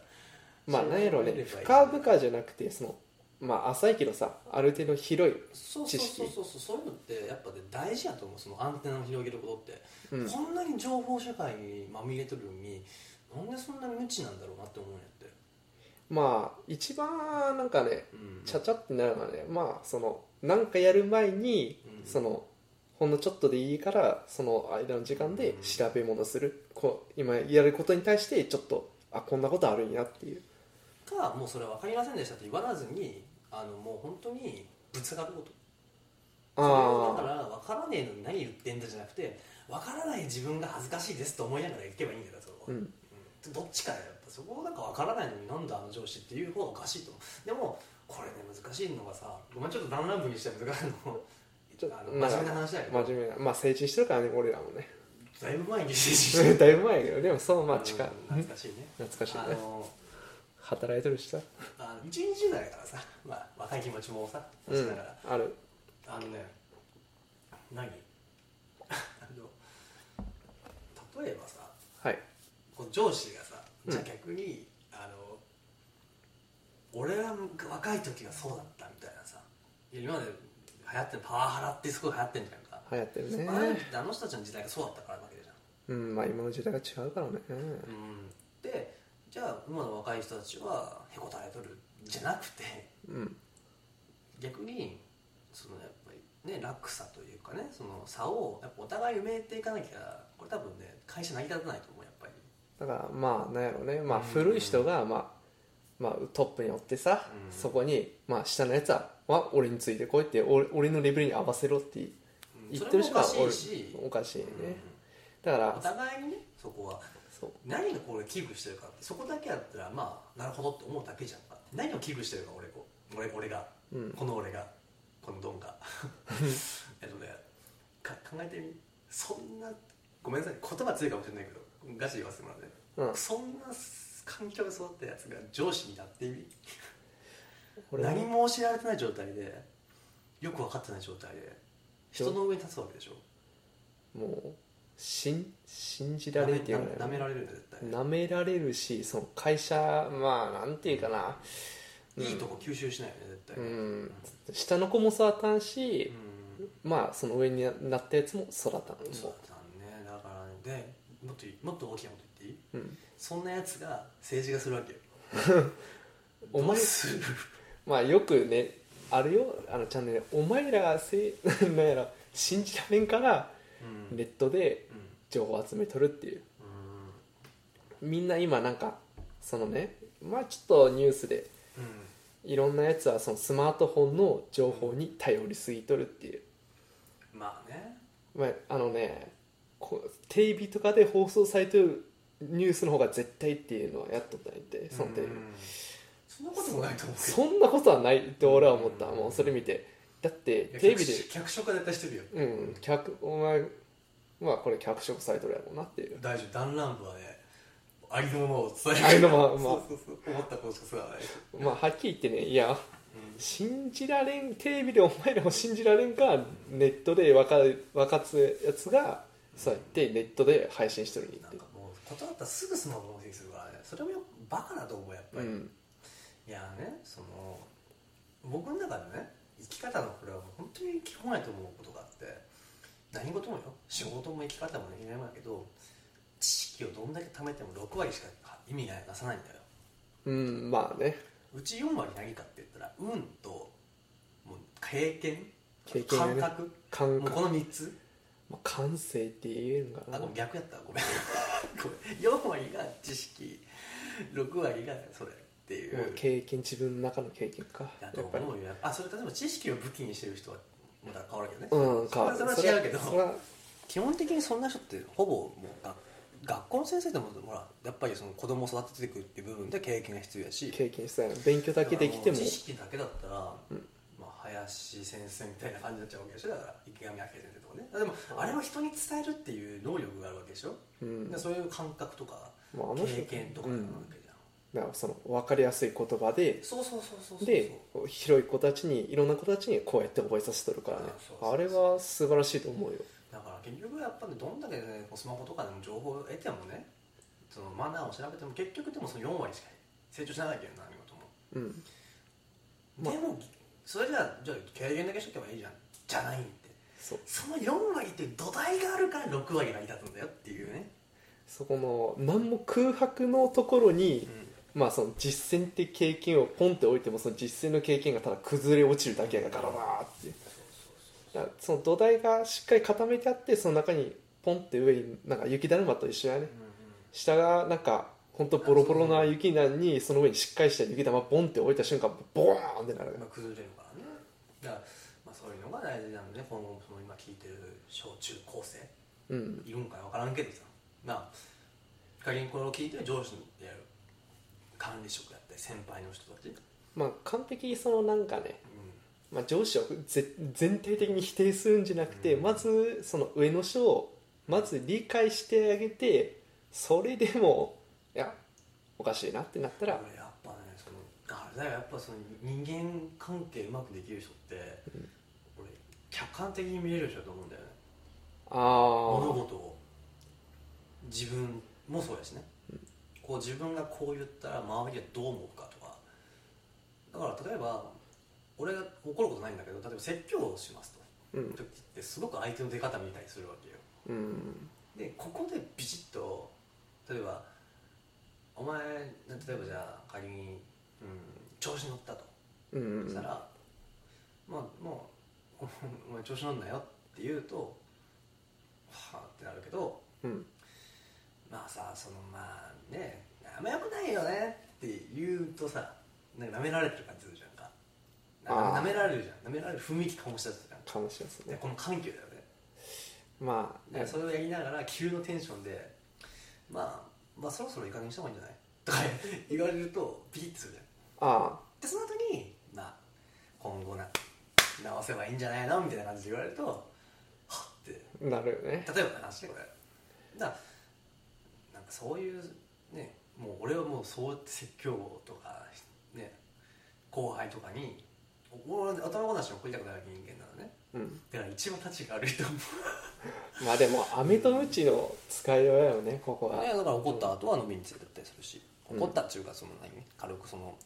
Speaker 1: まあ
Speaker 2: それ
Speaker 1: なんやろう
Speaker 2: 見れ
Speaker 1: ね
Speaker 2: ばいい
Speaker 1: 深々じゃなくてそのまあ浅いけどさある程度広い、
Speaker 2: そうそ
Speaker 1: 知
Speaker 2: う
Speaker 1: 識
Speaker 2: そうそうそうそういうのってやっぱね大事やと思うそのアンテナを広げることって
Speaker 1: うん、
Speaker 2: こんなに情報社会にまみれてるのになんでそんなに無知なんだろうなって思うんやって、
Speaker 1: まあ一番なんかね
Speaker 2: うん
Speaker 1: ちゃちゃってなるのはねまあそのなんかやる前に、
Speaker 2: うん
Speaker 1: そのほんのちょっとでいいからその間の時間で
Speaker 2: うん
Speaker 1: 調べ物する、こう今やることに対してちょっとあこんなことあるんやっていう
Speaker 2: かもうそれ分かりませんでしたって言わずにあのもう本当にぶつかることそれをだか
Speaker 1: ああ
Speaker 2: ら分からねえのに何言ってんだじゃなくて分からない自分が恥ずかしいですと思いながら行けばいいんだよそれは、
Speaker 1: う
Speaker 2: うん
Speaker 1: ん
Speaker 2: どっちかだよやっぱそこをなんか分からないのになんだあの上司っていう方がおかしいと思うでもこれね難しいのがさごめんちょっと弾丸部にして難しいの
Speaker 1: ちょ
Speaker 2: あの
Speaker 1: なんか
Speaker 2: 真面目な話だけど
Speaker 1: 真面目なまあ成人してるからね俺らも ね
Speaker 2: だいぶ前に成人してる
Speaker 1: だいぶ前やけどでもそう まあ近い
Speaker 2: うん懐かしいね
Speaker 1: 懐かしい
Speaker 2: あ
Speaker 1: ね
Speaker 2: の
Speaker 1: 働いてるしさ
Speaker 2: あの120代だからさ、まあ、若い気持ちもさ出
Speaker 1: う
Speaker 2: し
Speaker 1: ん
Speaker 2: ながら、
Speaker 1: ある
Speaker 2: あのね何 あの例えばさ
Speaker 1: はい
Speaker 2: この上司がさ
Speaker 1: うん
Speaker 2: じゃあ逆に、あの俺は若い時はそうだったみたいなさいや今まで流行ってるパワハラってすごい流行ってんじゃんか、
Speaker 1: 流行ってるね
Speaker 2: まああの人あの人たちの時代がそうだったからなわけじゃん
Speaker 1: うんまあ今の時代が違うからね
Speaker 2: うん、でじゃあ今の若い人たちはへこたれとるじゃなくて
Speaker 1: うん
Speaker 2: 逆にそのやっぱりね落差というかねその差をやっぱお互い埋めていかなきゃこれ多分ね会社成り立たないと思うやっぱり、
Speaker 1: だからまあなんやろうね、まあ、
Speaker 2: うん
Speaker 1: 古い人が、まあまあ、トップにおってさ、
Speaker 2: うん
Speaker 1: そこに、まあ、下のやつは、まあ、俺についてこいって俺俺のレベルに合わせろって
Speaker 2: うん
Speaker 1: 言ってる人が
Speaker 2: それもおかしいし、
Speaker 1: おかしいね、
Speaker 2: う
Speaker 1: だか
Speaker 2: んお
Speaker 1: ら
Speaker 2: 互いにねそこは
Speaker 1: そう
Speaker 2: 何がこれ危惧してるかってそこだけやったらまあなるほどって思うだけじゃんか何を危惧してるか俺こ俺俺が、
Speaker 1: うん
Speaker 2: この俺がこのドンがえっとねか考えてみそんなごめんなさい言葉強いかもしれないけどガチで言わせてもらうね、
Speaker 1: うん
Speaker 2: そんな環境で育ったやつが上司になってみ
Speaker 1: 俺
Speaker 2: 何も教えられてない状態でよく分かってない状態で人の上に立つわけでしょ
Speaker 1: もう信信じられるっていう
Speaker 2: な
Speaker 1: か
Speaker 2: め
Speaker 1: ね
Speaker 2: られるんだよ絶
Speaker 1: なめられるしその会社まあなんていうかな、
Speaker 2: 対いいとこ吸収しないよね絶
Speaker 1: う
Speaker 2: 対
Speaker 1: ん、下の子も育たんし、
Speaker 2: うん
Speaker 1: まあその上になったやつも育たん
Speaker 2: そうだねだからねでもっといもっと大きなこと言っていい
Speaker 1: うん、
Speaker 2: そんなやつが政治がするわけよ
Speaker 1: お前
Speaker 2: どうする
Speaker 1: まあよくねあれよあのチャンネルお前らがせ なんやろ信じられんから
Speaker 2: うん
Speaker 1: ネットで
Speaker 2: うん
Speaker 1: 情報を集めとるっていう
Speaker 2: うん
Speaker 1: みんな今なんかそのねまあちょっとニュースで
Speaker 2: うん
Speaker 1: いろんなやつはそのスマートフォンの情報に頼りすぎとるっていう、
Speaker 2: まあね
Speaker 1: まあ、あのねこうテレビとかで放送されてるニュースの方が絶対っていうのはやっとったんやってそのテレビ、
Speaker 2: うんそんなこともないと思うけど
Speaker 1: そんなことはないって俺は思った、
Speaker 2: うん
Speaker 1: もうそれ見てだって
Speaker 2: いや
Speaker 1: テレビで
Speaker 2: 脚色脚色は絶対してるよ
Speaker 1: うん脚お前まあこれ脚色されとるやろうなっていう
Speaker 2: 大丈夫弾丸部はねありのままを伝える
Speaker 1: ありのまままあ
Speaker 2: そうそうそう思ったことしか伝わらない、
Speaker 1: まあはっきり言ってねいや信じられんテレビでお前らも信じられんからネットで分かる分かつやつがそうやってネットで配信しとるにっ
Speaker 2: な
Speaker 1: て
Speaker 2: んかもう断ったらすぐスマホのせいにするからねそれもよバカだと思うやっぱ
Speaker 1: う
Speaker 2: り、
Speaker 1: ん
Speaker 2: いやねその僕の中でね生き方のこれはもう本当に基本やと思うことがあって何事もよ仕事も生き方もいないわけど知識をどんだけ貯めても6割しか意味がなさないんだよ
Speaker 1: うんまあね
Speaker 2: うち4割何かって言ったら運ともう経験
Speaker 1: 経験やね
Speaker 2: 感覚
Speaker 1: 感
Speaker 2: もうこ
Speaker 1: 覚、
Speaker 2: の3つ
Speaker 1: まあ、感性って言えるんか
Speaker 2: あ
Speaker 1: な
Speaker 2: ごめん逆やったわご めんごめん4割が知識6割がそれってい
Speaker 1: もう
Speaker 2: う
Speaker 1: 経験自分の中の経験か
Speaker 2: だ
Speaker 1: や
Speaker 2: と
Speaker 1: っぱり
Speaker 2: 思うよあそれ例えば知識を武器にしてる人はまた変わるけどね、
Speaker 1: うんか
Speaker 2: それはそれは違うけど
Speaker 1: それは
Speaker 2: 基本的にそんな人ってほぼもうが学校の先生でもほらやっぱりその子供を育てていくっていう部分で経験が必要やし
Speaker 1: 経験したい勉強だけできても
Speaker 2: だからう知識だけだったら、
Speaker 1: うん
Speaker 2: まあ、林先生みたいな感じになっちゃうわけでしょだから池上彰先生とかねでもあれを人に伝えるっていう能力があるわけでしょ、
Speaker 1: うん
Speaker 2: でそういう感覚とか
Speaker 1: まああの人
Speaker 2: 経験とか
Speaker 1: う
Speaker 2: なわ
Speaker 1: ん
Speaker 2: けじゃん、
Speaker 1: だからその分かりやすい言葉で
Speaker 2: そうそうそうそうそう
Speaker 1: で広い子たちにいろんな子たちにこうやって覚えさせてるからね
Speaker 2: そうそうそう
Speaker 1: あれは素晴らしいと思うよ
Speaker 2: だから結局やっぱりどんだけ、ね、こうスマホとかでも情報を得てもねそのマナーを調べても結局でもその4割しか成長しないわけよ何事も、
Speaker 1: うんまあ
Speaker 2: でもそれじゃあじゃあ軽減だけしとけばいいじゃんじゃないって
Speaker 1: そう
Speaker 2: その4割っていう土台があるから6割が成り立つんだよっていうね、
Speaker 1: そこの何も空白のところに、まあその実践って経験をポンって置いてもその実践の経験がただ崩れ落ちるだけだからなーってだからその土台がしっかり固めてあってその中にポンって上になんか雪だるまと一緒やね下がなんか本当ボロボロな雪なのにその上にしっかりした雪玉ボンって置いた瞬間ボーンってなる
Speaker 2: まあ、崩れるからねだから、まあ、そういうのが大事なので今後その今聞いてる小中高生
Speaker 1: うん
Speaker 2: いるんか分からんけどさまあ仮にこれを聞いてる上司でやる管理職やったり先輩の人たち、うん、
Speaker 1: まあ完璧にそのなんかね、まあ、上司をぜ全体的に否定するんじゃなくて、
Speaker 2: うん
Speaker 1: まずその上の人をまず理解してあげてそれでもいやおかしいなってなったら
Speaker 2: 俺やっぱねそのあれだよやっぱその人間関係うまくできる人って、
Speaker 1: うん
Speaker 2: 俺客観的に見れる人だと思うんだよね
Speaker 1: あ
Speaker 2: 物
Speaker 1: ー
Speaker 2: 事を自分もそうやしね、こう自分がこう言ったら周りがどう思うかとかだから例えば俺が怒ることないんだけど例えば説教をしますと、
Speaker 1: うん
Speaker 2: 時ってすごく相手の出方見たりするわけよ
Speaker 1: うん
Speaker 2: でここでビシッと例えば「お前例えばじゃあ仮に、うん、調子乗った」と
Speaker 1: うんう
Speaker 2: した
Speaker 1: ん
Speaker 2: ら「まあもう お前調子乗んなよ」って言うと「はあ」ってなるけど
Speaker 1: うん
Speaker 2: まあさそのまあねあんまよくないよねって言うとさなんか舐められてる感じするじゃんかな
Speaker 1: あー
Speaker 2: 舐められるじゃん舐められる雰囲気かもしれないじゃん
Speaker 1: かもしれないです
Speaker 2: で
Speaker 1: ね
Speaker 2: この緩急だよね
Speaker 1: まあ
Speaker 2: でそれをやりながら急のテンションで「まあ、まあそろそろいい加減にした方がいいんじゃない?」とか 言われるとピリッとするじゃん
Speaker 1: あ
Speaker 2: でその後にまあ今後な直せばいいんじゃないのみたいな感じで言われるとはっって
Speaker 1: あなるよね
Speaker 2: 例えばの話ねこれだからなんかそういうねもう俺はもうそうやって説教とかね後輩とかに俺は頭ごなしに怒りたくない人間なのね
Speaker 1: うん
Speaker 2: だから一番立ちが悪いと思
Speaker 1: まあでも飴と鞭の使いようやよねここは
Speaker 2: う、ね、だから怒った後は飲みに連れてったりするし
Speaker 1: うん
Speaker 2: 怒ったっていうかその何軽くその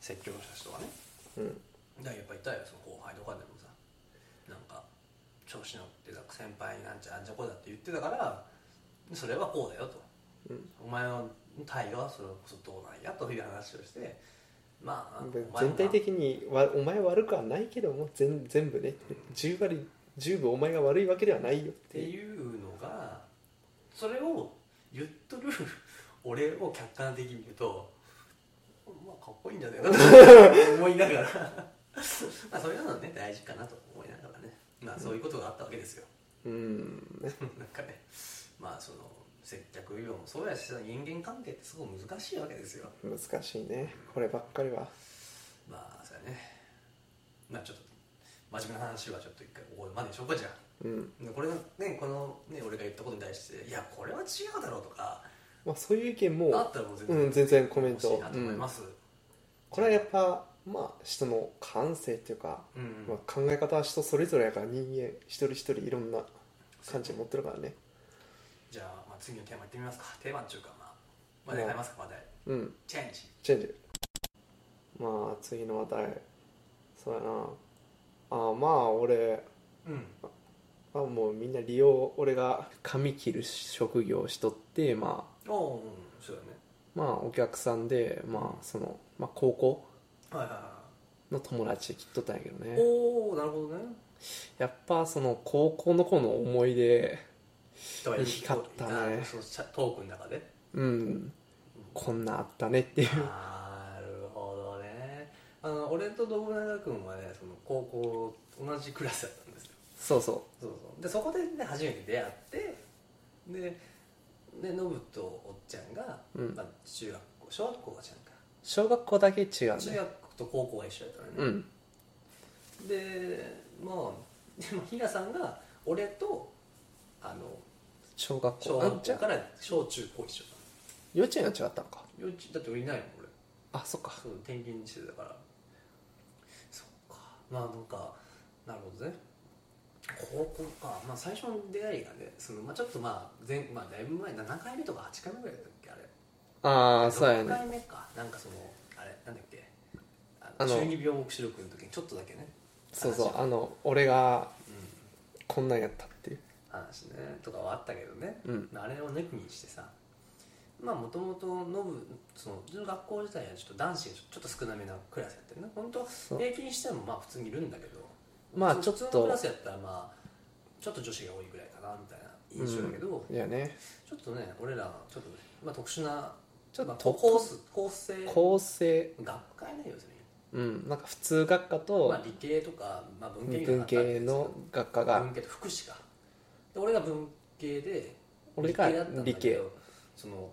Speaker 2: 説教した人がね
Speaker 1: うん
Speaker 2: だからやっぱいたよその後輩とかでもさなんか調子乗ってた先輩になんちゃあんちゃこうだって言ってたからそれはこうだよと
Speaker 1: うん
Speaker 2: お前の対応はそれこそどうなんやという話をしてまあ
Speaker 1: で
Speaker 2: お前もな
Speaker 1: 全体的にわお前悪くはないけども全全部ね10割10分お前が悪いわけではないよっ
Speaker 2: ってて
Speaker 1: いう
Speaker 2: いうのがそれを言っとる 俺を客観的に見るとまあかっこいいんじゃないかな と思いながら まあそういうのね大事かなと思いながらねまあそういうことがあったわけですよ
Speaker 1: うんね
Speaker 2: なんかねまあその接客業もそうやし人間関係ってすごい難しいわけですよ
Speaker 1: 難しいねこればっかりは
Speaker 2: まあそうやねまあちょっと真面目な話はちょっと一回ここまでにしょうかじゃあ
Speaker 1: うん
Speaker 2: でこれがねこのね俺が言ったことに対していやこれは違うだろうとか
Speaker 1: まあそういう意見
Speaker 2: あ
Speaker 1: も
Speaker 2: ったらもう全然、
Speaker 1: うん全然コメン
Speaker 2: 欲しい
Speaker 1: ト
Speaker 2: なと
Speaker 1: う
Speaker 2: 思い
Speaker 1: ん
Speaker 2: ます、
Speaker 1: これはやっぱまあ人の感性っていうか
Speaker 2: うん
Speaker 1: まあ考え方は人それぞれやから人間一人一人いろんな感じ持ってるからね
Speaker 2: じゃあ,、まあ次のテーマいってみますかテーマっていうかまあ話題変えますか話題
Speaker 1: うん
Speaker 2: チェンジ
Speaker 1: チェンジまあ次の話題そうやなあまあ俺
Speaker 2: うん
Speaker 1: まあもうみんな利用俺が髪切る職業をしとってまあ
Speaker 2: おおうんそうだね
Speaker 1: まあお客さんでまあその、まあ、高校
Speaker 2: はいはいは
Speaker 1: の友達切っとったんやけど
Speaker 2: い
Speaker 1: ね
Speaker 2: おおなるほどね
Speaker 1: やっぱその高校の頃の思い出
Speaker 2: とはいえ
Speaker 1: 光ったね
Speaker 2: あそうチャトークの中で
Speaker 1: うんこんなあったねっていう
Speaker 2: なるほどねあの俺と信長君はねその高校同じクラスだったんですよ
Speaker 1: そうそ
Speaker 2: そうそうでそこで、ね、初めて出会ってででノブとおっちゃんが、
Speaker 1: う、うん
Speaker 2: ま、あ、中学校小学校が違うか
Speaker 1: 小学校だけ違う
Speaker 2: 中
Speaker 1: ね
Speaker 2: 学と高校が一緒やったのね、
Speaker 1: うん
Speaker 2: でまあでもひなさんが俺とあの
Speaker 1: 小学
Speaker 2: 小
Speaker 1: 校あ
Speaker 2: 学
Speaker 1: じ
Speaker 2: 校
Speaker 1: ゃ
Speaker 2: か
Speaker 1: あ
Speaker 2: ら小中高一緒だっ
Speaker 1: 幼稚園は違ったのか
Speaker 2: た幼稚だって俺いないもん俺
Speaker 1: あそっか
Speaker 2: そう転勤してたからそっかまあなんかなるほどね高校か、まあ、最初の出会いがねその、まあ、ちょっとまあ前、まあ、だいぶ前7回目とか8回目ぐらいだったっけあれ
Speaker 1: ああそうや
Speaker 2: 6
Speaker 1: ね
Speaker 2: 回目かなんかそのあれなんだっけあ
Speaker 1: あ
Speaker 2: の
Speaker 1: の
Speaker 2: 中二病目視録の時にちょっとだけね
Speaker 1: そうそう
Speaker 2: 話
Speaker 1: あの俺が
Speaker 2: うん
Speaker 1: こんなんやったっていう
Speaker 2: 話ねとかはあったけどね
Speaker 1: うん
Speaker 2: あれを抜きにしてさまあもともとノブそのうちの学校自体はちょっと男子がちょっと少なめなクラスやってるね本当
Speaker 1: そう
Speaker 2: 平均してもまあ普通にいるんだけど
Speaker 1: まあ
Speaker 2: 普
Speaker 1: ちょ
Speaker 2: 通
Speaker 1: っ
Speaker 2: 普通のクラ
Speaker 1: と
Speaker 2: スやったらまあちょっと女子が多いぐらいかなみたいな印象だけど、
Speaker 1: いやね
Speaker 2: ちょっとね俺らちょっと、ねまあ、特殊な
Speaker 1: ちょっと
Speaker 2: まあ、コース構成
Speaker 1: 構成
Speaker 2: 学科やね要するに
Speaker 1: うんなんか普通学科と
Speaker 2: まあ、理系とか、まあ、文系みたいな
Speaker 1: 文系の学科
Speaker 2: が
Speaker 1: が
Speaker 2: 文系と福祉かで俺が文系で
Speaker 1: 俺が
Speaker 2: だったんだけ
Speaker 1: 理系
Speaker 2: どその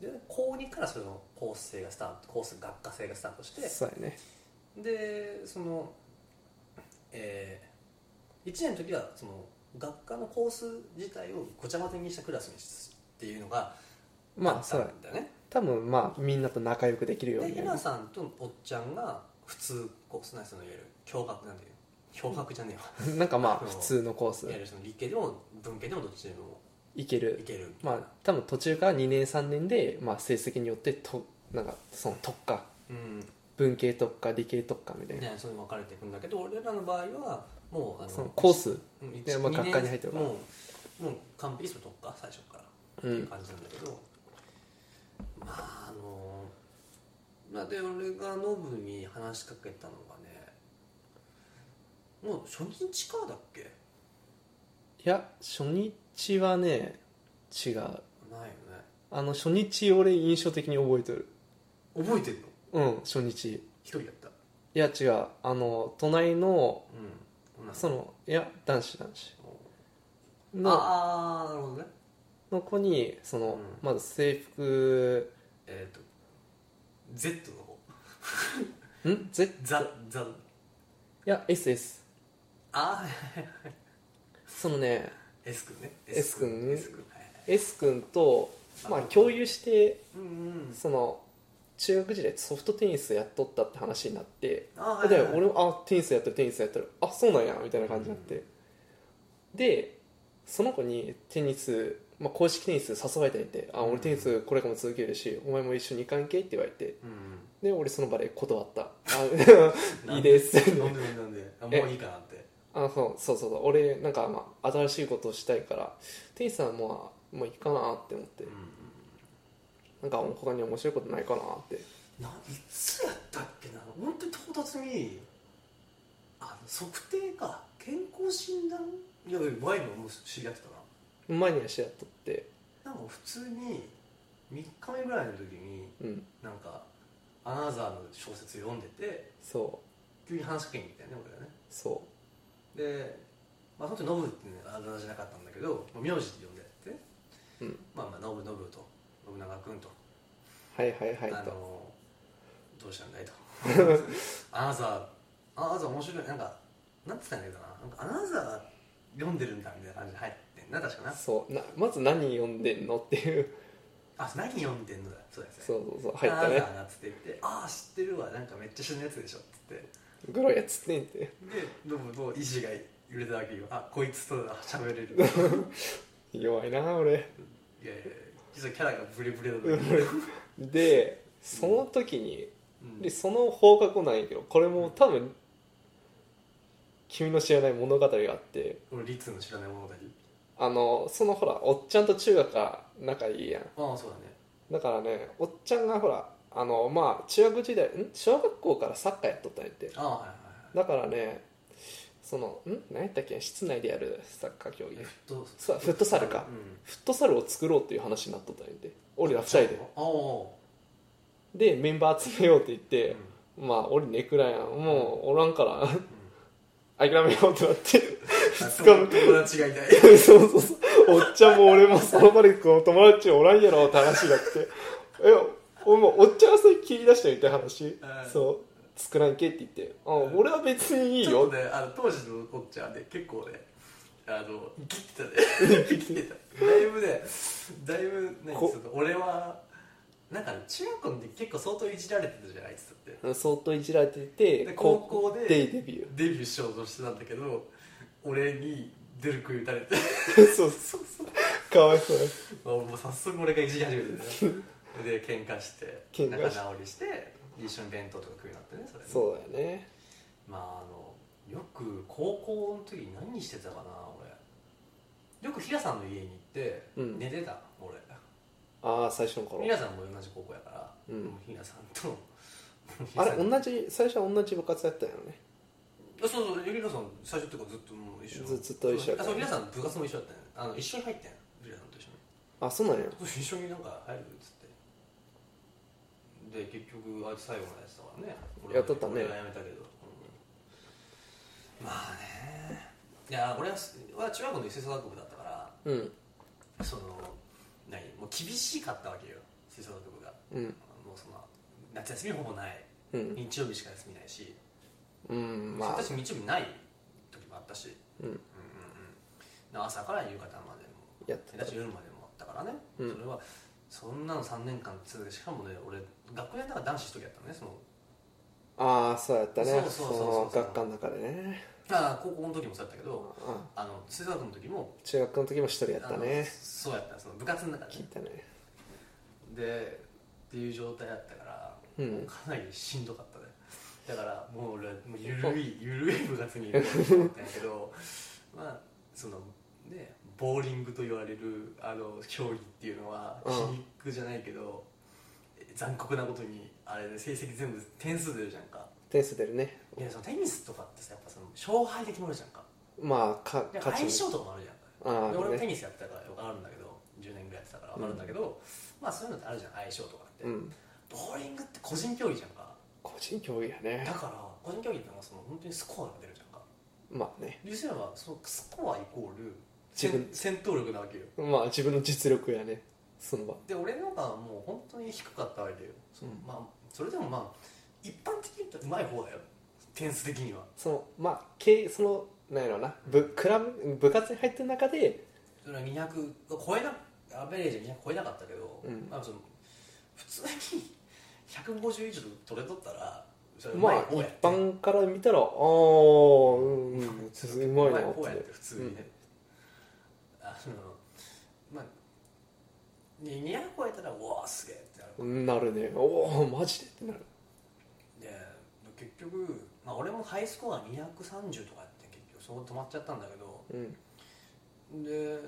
Speaker 2: で高2からそのコース制がスタートコース学科制がスタートして
Speaker 1: そうやね
Speaker 2: でそのえ1年の時はその学科のコース自体をごちゃ混ぜにしたクラスにすっていうのが
Speaker 1: まあ
Speaker 2: った
Speaker 1: そ
Speaker 2: ん
Speaker 1: うや
Speaker 2: だよね
Speaker 1: 多分まあみんなと仲良くできるよう
Speaker 2: で
Speaker 1: に
Speaker 2: ひ
Speaker 1: ね
Speaker 2: なさんとおっちゃんが普通コースなんかそのいわゆる共学なんていう共学じゃねえわ
Speaker 1: なんかま
Speaker 2: あ
Speaker 1: あ
Speaker 2: の
Speaker 1: 普通のコ
Speaker 2: い
Speaker 1: ー
Speaker 2: わゆ
Speaker 1: ス
Speaker 2: るその理系でも文系でもどっちでも
Speaker 1: いけ
Speaker 2: い
Speaker 1: る
Speaker 2: ける
Speaker 1: まあ多分途中から2年3年でまあ成績によってとなんかその特化
Speaker 2: うん
Speaker 1: 文系特化理系特化みたいな
Speaker 2: ね、そういうの分かれていくんだけど俺らの場合はもうあの
Speaker 1: そのコース
Speaker 2: うん一
Speaker 1: ねまあ
Speaker 2: 二
Speaker 1: 学科に入ってるから
Speaker 2: もうもう完璧それとっか最初からって
Speaker 1: う
Speaker 2: いうん感じなんだけど、まああのまあで俺がノブに話しかけたのがねもう初日からだっけ
Speaker 1: いや初日はね違う
Speaker 2: ないよね
Speaker 1: あの初日俺印象的に覚えてる
Speaker 2: 覚えてるの
Speaker 1: うん初日い
Speaker 2: 一人だった
Speaker 1: や違うあの隣の
Speaker 2: うん女の子
Speaker 1: そのいや男子男子の
Speaker 2: ああなるほどね
Speaker 1: の子にその、
Speaker 2: うん
Speaker 1: まず制服
Speaker 2: えっ、ー、と Z の方
Speaker 1: んぜ
Speaker 2: ザザ
Speaker 1: いや SS
Speaker 2: ああ
Speaker 1: そのね
Speaker 2: S 君ね
Speaker 1: S 君ね
Speaker 2: S 君はい
Speaker 1: S 君とまあ
Speaker 2: あ
Speaker 1: 共有して
Speaker 2: うんうん
Speaker 1: その中学時代ソフトテニスやっとったって話になって
Speaker 2: あ
Speaker 1: で俺もあテニスやってるテニスやってるあそうなんやみたいな感じになって、でその子にテニス、まあ、公式テニス誘われていて「あ
Speaker 2: うん
Speaker 1: 俺テニスこれからも続けるしお前も一緒に行かんけ?」って言われて
Speaker 2: う
Speaker 1: で俺その場で断った「
Speaker 2: ん
Speaker 1: あいいです」
Speaker 2: なんでなんでなんであもういいかなって
Speaker 1: あそうそうそうそう俺なんか、まあ、新しいことをしたいからテニスはもうもういいかなって思って
Speaker 2: うん
Speaker 1: なんか他に面白いことないかなって
Speaker 2: ないつやったっけな本当に唐突にあの測定か健康診断いや前にももう知り合ってたな
Speaker 1: 前に足跡って
Speaker 2: なんか普通に3日目ぐらいの時に
Speaker 1: うん
Speaker 2: なんかアナザーの小説読んでて
Speaker 1: そう
Speaker 2: 急に話しかけに行ったよね俺がね
Speaker 1: そ
Speaker 2: で、まあ、その時ノブって、ね、あだ名じゃなかったんだけど、まあ、名字って呼んでて、
Speaker 1: ううん
Speaker 2: まあまあノブノブと信長君と、
Speaker 1: はいはいはい
Speaker 2: あの
Speaker 1: と
Speaker 2: どうしたん だいとアナザーアナザー面白いなんかなんつったんだけどななんかアナザー読んでるんだみたいな感じで入ってんな確かな
Speaker 1: そうなまず何読んでんのっていう
Speaker 2: あ何読んでんのだそうですね
Speaker 1: そうそうそう入った
Speaker 2: アナ
Speaker 1: ね
Speaker 2: ザーなっつって言って「ああ知ってるわなんかめっちゃ死ぬやつでしょ」っつって
Speaker 1: グロいやつってんって
Speaker 2: でノブの意志が揺れたわけよあこいつとだ喋れ る
Speaker 1: 弱いな俺
Speaker 2: いやいや実はキャラがブレブレだった
Speaker 1: でその時に
Speaker 2: うん
Speaker 1: でその放課後なんやけどこれも多分君の知らない物語があって
Speaker 2: このリッツの知らない物語
Speaker 1: あのそのほらおっちゃんと中学から仲いいやん
Speaker 2: ああそうだね
Speaker 1: だからねおっちゃんがほらあのまあ中学時代ん小学校からサッカーやっとったんやって
Speaker 2: ああはいはいはい
Speaker 1: だからねそのん何やったっけ室内でやるサッカー競技
Speaker 2: えフット
Speaker 1: そうフットサルか
Speaker 2: うん
Speaker 1: フットサルを作ろうっていう話になっとったんやって俺ら2人で
Speaker 2: ああ
Speaker 1: でメンバー集めようって言って、まあ俺ネクラやんもうおらんから諦めようってなって
Speaker 2: つかむ友達がいない
Speaker 1: そうそうそうおっちゃんも俺もその場でこう友達おらんやろって話になって えお前おっちゃんがそれ切り出したみたいな話
Speaker 2: うん
Speaker 1: そう作らんけって言ってあ俺は別にいい
Speaker 2: ちょっ
Speaker 1: よ
Speaker 2: とねあの当時のおっちゃんね結構ねあの生きてたね生きてただいぶねだいぶね
Speaker 1: こ
Speaker 2: その俺はなんかね中学校の時結構相当いじられてたじゃないっつって
Speaker 1: うん相当いじられてて
Speaker 2: で高校で
Speaker 1: でデビ ュ
Speaker 2: デビューしようとしてたんだけど俺に出る杭打たれて
Speaker 1: ーそうそうそうかわいそうや
Speaker 2: まあもう早速俺がいじり始めてね で喧嘩して
Speaker 1: 喧嘩
Speaker 2: 仲
Speaker 1: し
Speaker 2: 直りして一緒に弁当とか食うようになってねそれね
Speaker 1: そうだよね
Speaker 2: まああのよく高校の時に何してたかな俺よく平さんの家に行って
Speaker 1: うん
Speaker 2: 寝てた、俺
Speaker 1: ああ最初の頃
Speaker 2: 平さんも同じ高校やから、
Speaker 1: うん
Speaker 2: も平さんと
Speaker 1: あれ
Speaker 2: 平さん
Speaker 1: 同じ最初は同じ部活やったよね
Speaker 2: あそうそう平さん最初っていうかずっともう一緒
Speaker 1: ずずっと一緒や
Speaker 2: あ
Speaker 1: から
Speaker 2: そう平さん部活も一緒だったよねあの一緒に入ったよ平さんと一緒に
Speaker 1: あそうなんや
Speaker 2: 一緒になんか入るっつってで結局あいつ最後までやってたからね俺は
Speaker 1: やっとったね
Speaker 2: 俺はやめたけど、うんまあねいや俺は俺は中学の吹奏楽部だったから
Speaker 1: うん
Speaker 2: その何もう厳しかったわけよ吹奏楽部が
Speaker 1: うん
Speaker 2: もうその夏休みほぼない
Speaker 1: うん
Speaker 2: 日曜日しか休みないし、
Speaker 1: うんまあ
Speaker 2: 私日曜日ない時もあったし、
Speaker 1: うん
Speaker 2: うんうんうん、朝から夕方までも
Speaker 1: やって
Speaker 2: だ
Speaker 1: た
Speaker 2: し夜までもあったからね、
Speaker 1: うん
Speaker 2: それはそんなの3年間続けてしかもね俺学年の中男子一人やったのねその
Speaker 1: ああそうやったね
Speaker 2: そうそうそうそう
Speaker 1: その学科の中でね
Speaker 2: あー高校の時もそうやったけど
Speaker 1: あ
Speaker 2: あの吹奏楽の時も
Speaker 1: 中学の時も一人やった
Speaker 2: あの
Speaker 1: ね
Speaker 2: そうやったその部活の中で
Speaker 1: 聞い
Speaker 2: ね
Speaker 1: たね
Speaker 2: でっていう状態だったから、
Speaker 1: うん
Speaker 2: もかなりしんどかったねだからもう俺はもうゆるいゆるい部活にいると思ったんやけ どまあそのねボーリングと言われるあの競技っていうのは
Speaker 1: うん
Speaker 2: 皮肉じゃないけど、残酷なことにあれで成績全部点数出るじゃんか
Speaker 1: 点数出るね
Speaker 2: いやそのテニスとかってさやっぱその勝敗で決まるじゃんか
Speaker 1: まあか
Speaker 2: で
Speaker 1: 勝
Speaker 2: 相
Speaker 1: ち
Speaker 2: 性とかもあるじゃんか
Speaker 1: ああ
Speaker 2: で俺も
Speaker 1: ー
Speaker 2: テ
Speaker 1: ね
Speaker 2: ニスやってたから分かるんだけど10年ぐらいやってたから分かるんだけど、まあそういうのってあるじゃん相性とかって、
Speaker 1: うん
Speaker 2: ボーリングって個人競技じゃんか
Speaker 1: 個人競技や
Speaker 2: だ
Speaker 1: ね
Speaker 2: から個人競技ってのはその本当にスコアが出るじゃんか
Speaker 1: まあね
Speaker 2: 流星はそのスコアイコール
Speaker 1: 自分
Speaker 2: 戦戦闘力なわけよ
Speaker 1: まあ自分の実力やねその場
Speaker 2: で俺のがもう本当に低かったわけよその、
Speaker 1: うん
Speaker 2: まあそれでもまあ一般的に言ったらうまい方だよ点数的には
Speaker 1: そのまあけそのなんやろな部クラブ部活に入ってる中で
Speaker 2: それは200を超えなアベレージ200超えなかったけど、
Speaker 1: うん
Speaker 2: まあ、その普通に150以上取れとったらそれう
Speaker 1: ま
Speaker 2: まい
Speaker 1: あ
Speaker 2: 方
Speaker 1: 一
Speaker 2: やって
Speaker 1: 般から見たらああうんうんうまいなっ
Speaker 2: こうやってて普通にね、あのまあ200超えたらうわあすげえってなる
Speaker 1: なるねおおマジでってなる
Speaker 2: で結局、まあ、俺もハイスコア230とかやって結局そこ止まっちゃったんだけど
Speaker 1: うん
Speaker 2: で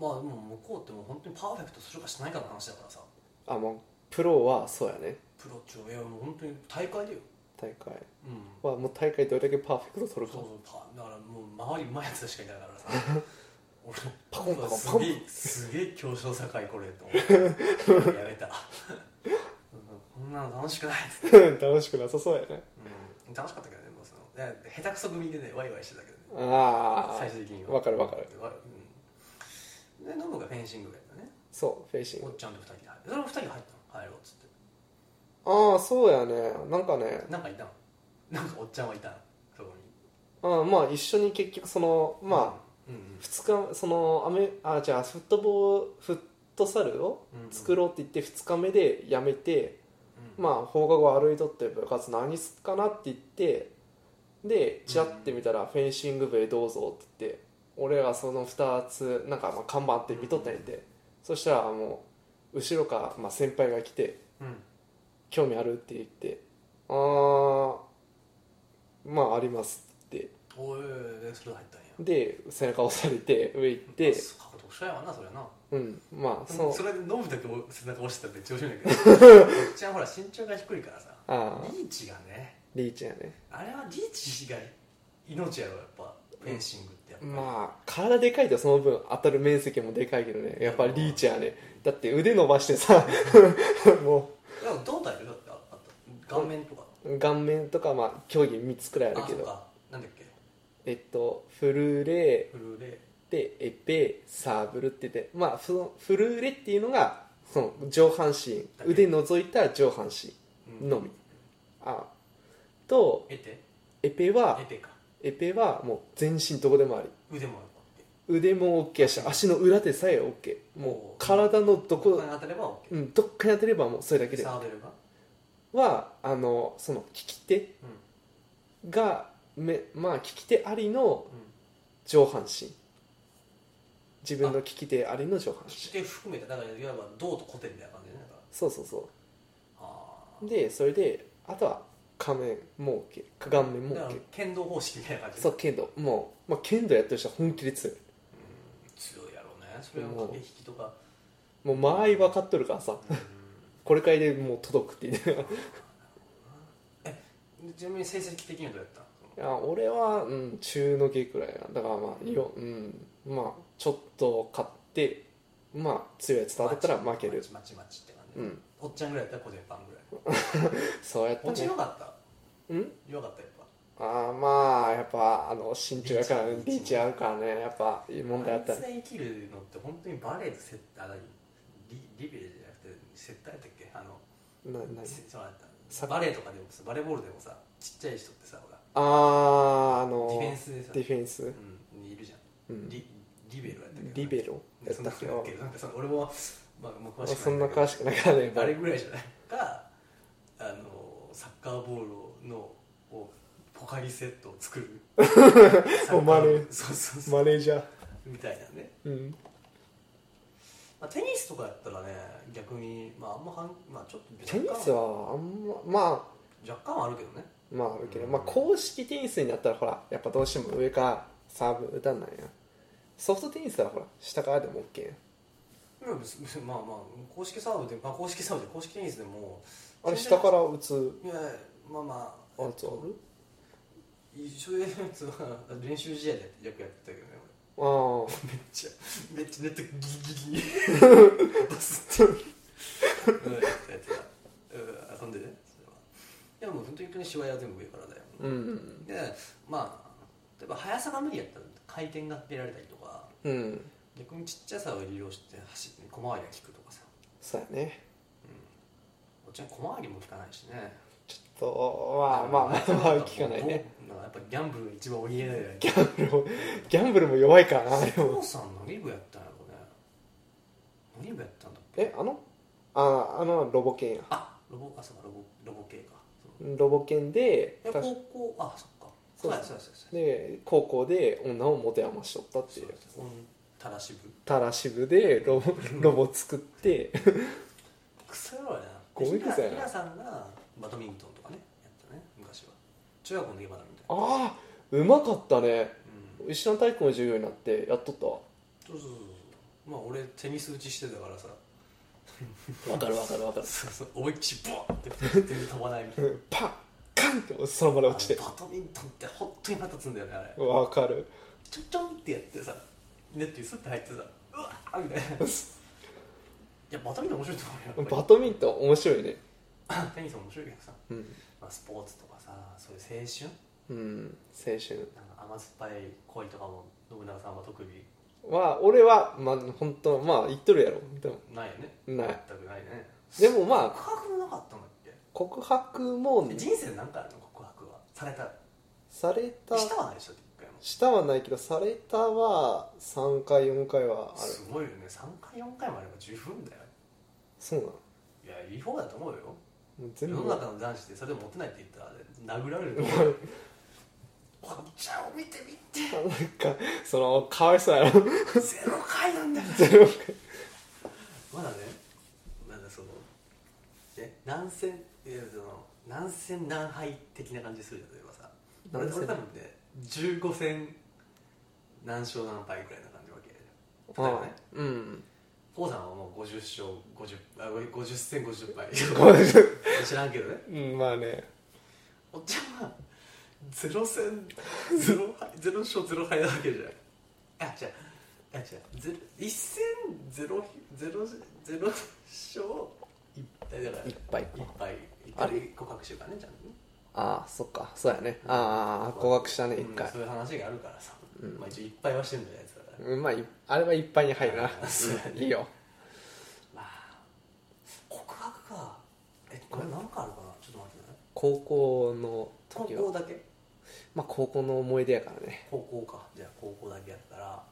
Speaker 2: まあでも向こうってもう本当にパーフェクトするかしないかの話だからさ
Speaker 1: あまあプロはそうやね
Speaker 2: ププロっちゅうのはもう本当に大会だよ
Speaker 1: 大会
Speaker 2: うん
Speaker 1: はもう大会どれだけパーフェクト
Speaker 2: そう
Speaker 1: 取る
Speaker 2: そ
Speaker 1: か
Speaker 2: うパだからもう周りうまいやつしかいないから さ俺
Speaker 1: パコンパコン
Speaker 2: すげえすげえ競争社会これと思ってやめたうんこんなの楽しくないっつって、
Speaker 1: 楽しくなさそうやね
Speaker 2: うん、楽しかったけどねもうそのいや下手くそ組でねワイワイしてたけどね
Speaker 1: ああ
Speaker 2: 最終的には
Speaker 1: わかるわかる
Speaker 2: わうんでノブがフェンシング部やったね
Speaker 1: そうフェイシン
Speaker 2: お
Speaker 1: グ
Speaker 2: っちゃんと二人で入るそれも二人入ったの入ろうっつっ
Speaker 1: ああそうやねなんかね
Speaker 2: てなんかいたのなんかおっちゃんはいたのそこに
Speaker 1: あまあ一緒に結局そのまあ
Speaker 2: うんうん
Speaker 1: 2日そのアメあじゃあフットボールフットサルを作ろうって言って2日目でやめて、
Speaker 2: うん
Speaker 1: まあ放課後歩いとって部活何すっかなって言ってでチラって見たら「フェンシング部へどうぞ」って言って俺はその2つなんかまあ看板って見とったんやて、そしたらもう後ろからまあ先輩が来て
Speaker 2: うん
Speaker 1: 「興味ある?」って言って「あーまああります」って言って
Speaker 2: おいおいおいでそれ入ったんや
Speaker 1: で背中押されて上行って
Speaker 2: そうか特殊やわなそれな
Speaker 1: うんまあ
Speaker 2: そ
Speaker 1: そう
Speaker 2: れで飲むだけ背中押してたって調子いいんだけ どこっちはほら身長が低いからさ
Speaker 1: ああ
Speaker 2: リーチがね
Speaker 1: リーチやね
Speaker 2: あれはリーチが命やろやっぱフェンシングってやっぱり
Speaker 1: まあ体でかいとその分当たる面積もでかいけどねやっぱりリーチやねだって腕伸ばしてさ も
Speaker 2: いや胴体だってあった顔面とか
Speaker 1: う顔面とかまあ競技3つくらいある
Speaker 2: あ
Speaker 1: け
Speaker 2: そう
Speaker 1: ど
Speaker 2: かなんだっけ
Speaker 1: えっとフルーレ
Speaker 2: フルーレ
Speaker 1: でエペサーブルって言ってまあそのフルーレっていうのがその上半身腕覗いた上半身
Speaker 2: うん
Speaker 1: のみあと
Speaker 2: エテ
Speaker 1: エペは
Speaker 2: エテか
Speaker 1: エペはもう全身どこでもあり
Speaker 2: 腕もある
Speaker 1: 腕も OK やし足の裏でさえ OK もう体のどこ
Speaker 2: 他に当たれば OK
Speaker 1: うん、どっかに当てればもうそれだけで
Speaker 2: サーベルが
Speaker 1: はあのその利き手
Speaker 2: うん
Speaker 1: がめまあ利き手ありの
Speaker 2: うん
Speaker 1: 上半身自分の利き手ありの上半
Speaker 2: 利き
Speaker 1: 身
Speaker 2: 手含めてだからいわば胴とコテみたいな感じでねだから
Speaker 1: そうそうそ
Speaker 2: ああ
Speaker 1: うでそれであとは仮面も OK 顔面も
Speaker 2: だから
Speaker 1: OK
Speaker 2: 剣道方式みたいな感じで
Speaker 1: そう剣道もう、まあ、剣道やってる人は本気で強い
Speaker 2: 強いやろうねそれはもう駆け引きとか
Speaker 1: もう間合い分かっとるからさ
Speaker 2: うん
Speaker 1: これくらいでもう届くっていう
Speaker 2: でちなみに成績的にはどうやったの
Speaker 1: いや俺は、うん、中の下くらいなだからまあよ、うん、まあちょっと勝ってまあ強いやつと当たったら負け
Speaker 2: マ
Speaker 1: る
Speaker 2: チマチマチって感じ、
Speaker 1: うん
Speaker 2: おっちゃんぐらいやったら小手パンぐらい
Speaker 1: そうやった
Speaker 2: 落ち
Speaker 1: ね
Speaker 2: よかった
Speaker 1: うん
Speaker 2: よかったやっぱ
Speaker 1: ああまあやっぱあの身長やから
Speaker 2: リ
Speaker 1: リ
Speaker 2: ーチ
Speaker 1: ーチあるからねやっぱいい問題あった
Speaker 2: あいつが生きるのって本当にバレーとセッターだリリベルじゃなくてセッターやったっけあの
Speaker 1: なな
Speaker 2: せそうだった
Speaker 1: サッ
Speaker 2: バレーとかでもさバレーボールでもさちっちゃい人ってさほら
Speaker 1: あああ
Speaker 2: ディ
Speaker 1: の
Speaker 2: フェンスでさ
Speaker 1: ディフェンス
Speaker 2: うん、にいるじゃん、
Speaker 1: うん
Speaker 2: リリベロやったっけ
Speaker 1: リベロや
Speaker 2: そ
Speaker 1: っ
Speaker 2: んな
Speaker 1: た
Speaker 2: ん
Speaker 1: っ
Speaker 2: だ
Speaker 1: け
Speaker 2: っけなんかその俺も、まあ、もう詳しくない
Speaker 1: そんな詳しくないからね
Speaker 2: あれぐらいじゃないかあのサッカーボールのをポカリセットを作 る
Speaker 1: おまね
Speaker 2: そうそうそう、
Speaker 1: マネージャー
Speaker 2: みたいなね、
Speaker 1: うん
Speaker 2: まあ、テニスとかやったらね逆にまああんまはん、まあ、ちょっと
Speaker 1: テニスはあんままあ
Speaker 2: 若干はあるけどね
Speaker 1: まああるけど、まあ公式テニスになったらほらやっぱどうしても上からサーブ打たんないやソフトテニスはほら下からでも OK や
Speaker 2: でも別にまあまあ公式サーブで、まあ、公式サーブで公式テニスでも
Speaker 1: あれ下から打つ
Speaker 2: いやまあまあ
Speaker 1: あるつある
Speaker 2: 一緒でやつは練習試合でよくやってたけどね
Speaker 1: ああ
Speaker 2: 俺めっちゃめっちゃネットギリギリにバスってうんやってたやってたうん遊んでねそれはいやもう本当にしわや全部上からだよ
Speaker 1: うん
Speaker 2: でまあ例えば速さが無理やったら回転が出られたりとか
Speaker 1: うん
Speaker 2: 逆にちっちゃさを利用して走って小回りが効くとかさ
Speaker 1: そうやね
Speaker 2: こっちは小回りも効かないしね
Speaker 1: ちょっとまあまあまあまあ聞かないね
Speaker 2: もうやっぱギャンブルが一番おりえないよね
Speaker 1: ギャンブルもギャンブルも弱い からなで
Speaker 2: お
Speaker 1: も
Speaker 2: 父さん何部やったんやろね何部やったんだっけ
Speaker 1: えあのああのロボ犬や
Speaker 2: あロボあそうかロボロボ系かそう
Speaker 1: ロボ犬で
Speaker 2: え
Speaker 1: 確
Speaker 2: 高校あそっか
Speaker 1: そう
Speaker 2: やそうやそうやそうや
Speaker 1: で高校で女を持て余しとったって
Speaker 2: そ
Speaker 1: いうう
Speaker 2: やそうやたらしぶ
Speaker 1: たらし部でロボロボ作って
Speaker 2: クソ野郎やな
Speaker 1: ごめんなさいな
Speaker 2: でひなさんがバドミントンとかねやったね昔は中学校の時バドミントン
Speaker 1: ああうまかったね
Speaker 2: うん
Speaker 1: 石の体育の授業になってやっとったわ
Speaker 2: そうそうそうそうまあ俺テニス打ちしてたからさ
Speaker 1: わかるわかるわかる
Speaker 2: そうそう思いっきりボーンって全然飛ばないみたいな
Speaker 1: パンカンってその場で 落ちて
Speaker 2: あのバドミントンって本当に腹立つんだよねあれ
Speaker 1: わかる
Speaker 2: ちょちょんってやってさネットにスッて入ってさうわーみたいないやバドミントン面白いと思うよや
Speaker 1: バ
Speaker 2: っ
Speaker 1: ドミントン面白いね
Speaker 2: ぱりテニスも面白いけどさ、
Speaker 1: うん、
Speaker 2: まあ、スポーツとかさそういう青春
Speaker 1: うん、青春
Speaker 2: なんか甘酸っぱい恋とかも信長さんは特に
Speaker 1: は俺はまあ本当まあ言っとるやろでも
Speaker 2: ないよね
Speaker 1: ない
Speaker 2: 全くないね
Speaker 1: でもまあ
Speaker 2: 告白もなかったんだっけ
Speaker 1: 告白も
Speaker 2: で人生で何回あるの告白はされた
Speaker 1: された
Speaker 2: したはないでしょ一回も
Speaker 1: したはないけどされたは3回4回はある
Speaker 2: すごいよね3回4回もあれば十分だよ
Speaker 1: そうなの
Speaker 2: いやいい方だと思うよ
Speaker 1: も
Speaker 2: 世
Speaker 1: う全部
Speaker 2: の中の男子でそれでモテないって言ったら殴られると思うよこっちゃんを見てみて
Speaker 1: なんかそのかわいそうやろ
Speaker 2: ゼロ回なんだよまだねまだそのえ何戦いやその何戦何敗的な感じするじゃん例えばさ俺
Speaker 1: 何戦
Speaker 2: 俺多分ね15戦何勝何敗ぐらいな感じわけ例えば
Speaker 1: あ
Speaker 2: ね
Speaker 1: うん
Speaker 2: コウさんはもう50勝50あ50戦50敗
Speaker 1: ごめん
Speaker 2: 知らんけどね
Speaker 1: うんまあね
Speaker 2: おっちゃんはゼロ戦ゼロ敗ゼロ勝ゼロ敗なわけじゃんあ違うあ違うゼロ一戦ゼロゼロゼロ勝一敗だから
Speaker 1: いっぱい
Speaker 2: 一敗一
Speaker 1: あ
Speaker 2: 敗告白してるからねちゃんとね
Speaker 1: ああそっかそうやねああ合格したね
Speaker 2: うん
Speaker 1: 1回
Speaker 2: そういう話があるからさ、まあ一応一敗はしてんだよやつだから
Speaker 1: うんまあいあれはいっぱいに入るな
Speaker 2: そうやね
Speaker 1: うんいいよ
Speaker 2: まあ告白かえこれ何かあるかなちょっと待ってね
Speaker 1: 高校の
Speaker 2: 高
Speaker 1: 時
Speaker 2: 校
Speaker 1: は
Speaker 2: だけ
Speaker 1: まあ高校の思い出やからね
Speaker 2: 高校かじゃあ高校だけやったら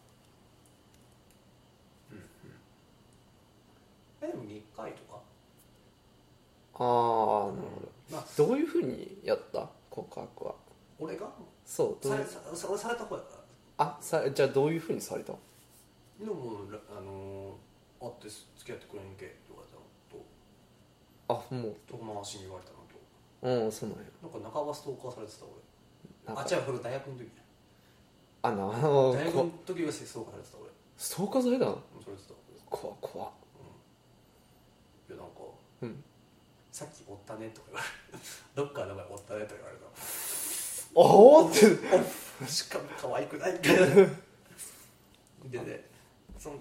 Speaker 2: うんうんえでも2回とか
Speaker 1: ああなるほ
Speaker 2: まあ
Speaker 1: どどういうふうにやった告白は
Speaker 2: 俺が
Speaker 1: そうどう
Speaker 2: されささ俺された方やか
Speaker 1: あさじゃあどういうふうにされたの
Speaker 2: らでもらあのー、会ってす付き合ってくれんけとかだと
Speaker 1: あも
Speaker 2: 遠回しに言われたのと
Speaker 1: ううんそうなんや
Speaker 2: なんか半ばストーカーされてた俺
Speaker 1: なん
Speaker 2: あ
Speaker 1: か
Speaker 2: 違うこれ大学の時
Speaker 1: あなあの
Speaker 2: 大学
Speaker 1: こ
Speaker 2: の時はストーカーされてた俺
Speaker 1: ストーカーされたの
Speaker 2: うんされてた
Speaker 1: 怖っ怖っ
Speaker 2: いやなんか
Speaker 1: うん
Speaker 2: さっき追ったねとか言われる どっかの前追ったねとか言われた
Speaker 1: あおって
Speaker 2: しかも可愛くないでねその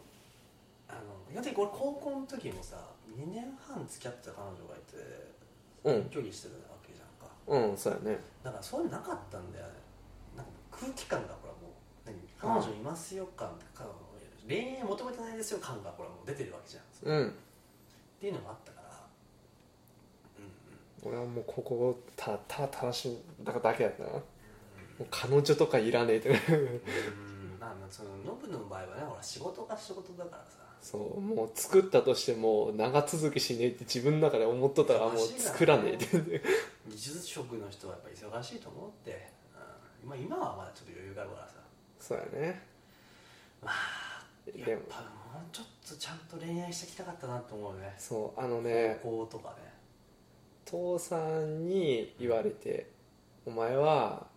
Speaker 2: あの基本的に俺高校の時もさ2年半付き合ってた彼女がいて
Speaker 1: うん
Speaker 2: 距離してたわけじゃんか
Speaker 1: うんそうやね
Speaker 2: だからそういうのなかったんだよねなんか空気感がほらもう何彼女いますよ感か恋愛求めてないですよ感がほらもう出てるわけじゃんっ
Speaker 1: うん
Speaker 2: ていうのがあったからうん
Speaker 1: 俺はもうここをただただ楽しんだだけやったなもう彼女とかい らねえって
Speaker 2: うんまあまあそのノブの場合はねほら仕事が仕事だからさ
Speaker 1: そうもう作ったとしても長続きしねえって自分の中で思っとったらもう作らねえって
Speaker 2: 技術職の人はやっぱ忙しいと思って、うん、今今はまだちょっと余裕があるからさ
Speaker 1: そうやね
Speaker 2: まあ
Speaker 1: で
Speaker 2: やっ
Speaker 1: も
Speaker 2: ぱもうちょっとちゃんと恋愛してきたかったなと思うね
Speaker 1: そうあのね
Speaker 2: 高校とかね、
Speaker 1: 父さんに言われてお前は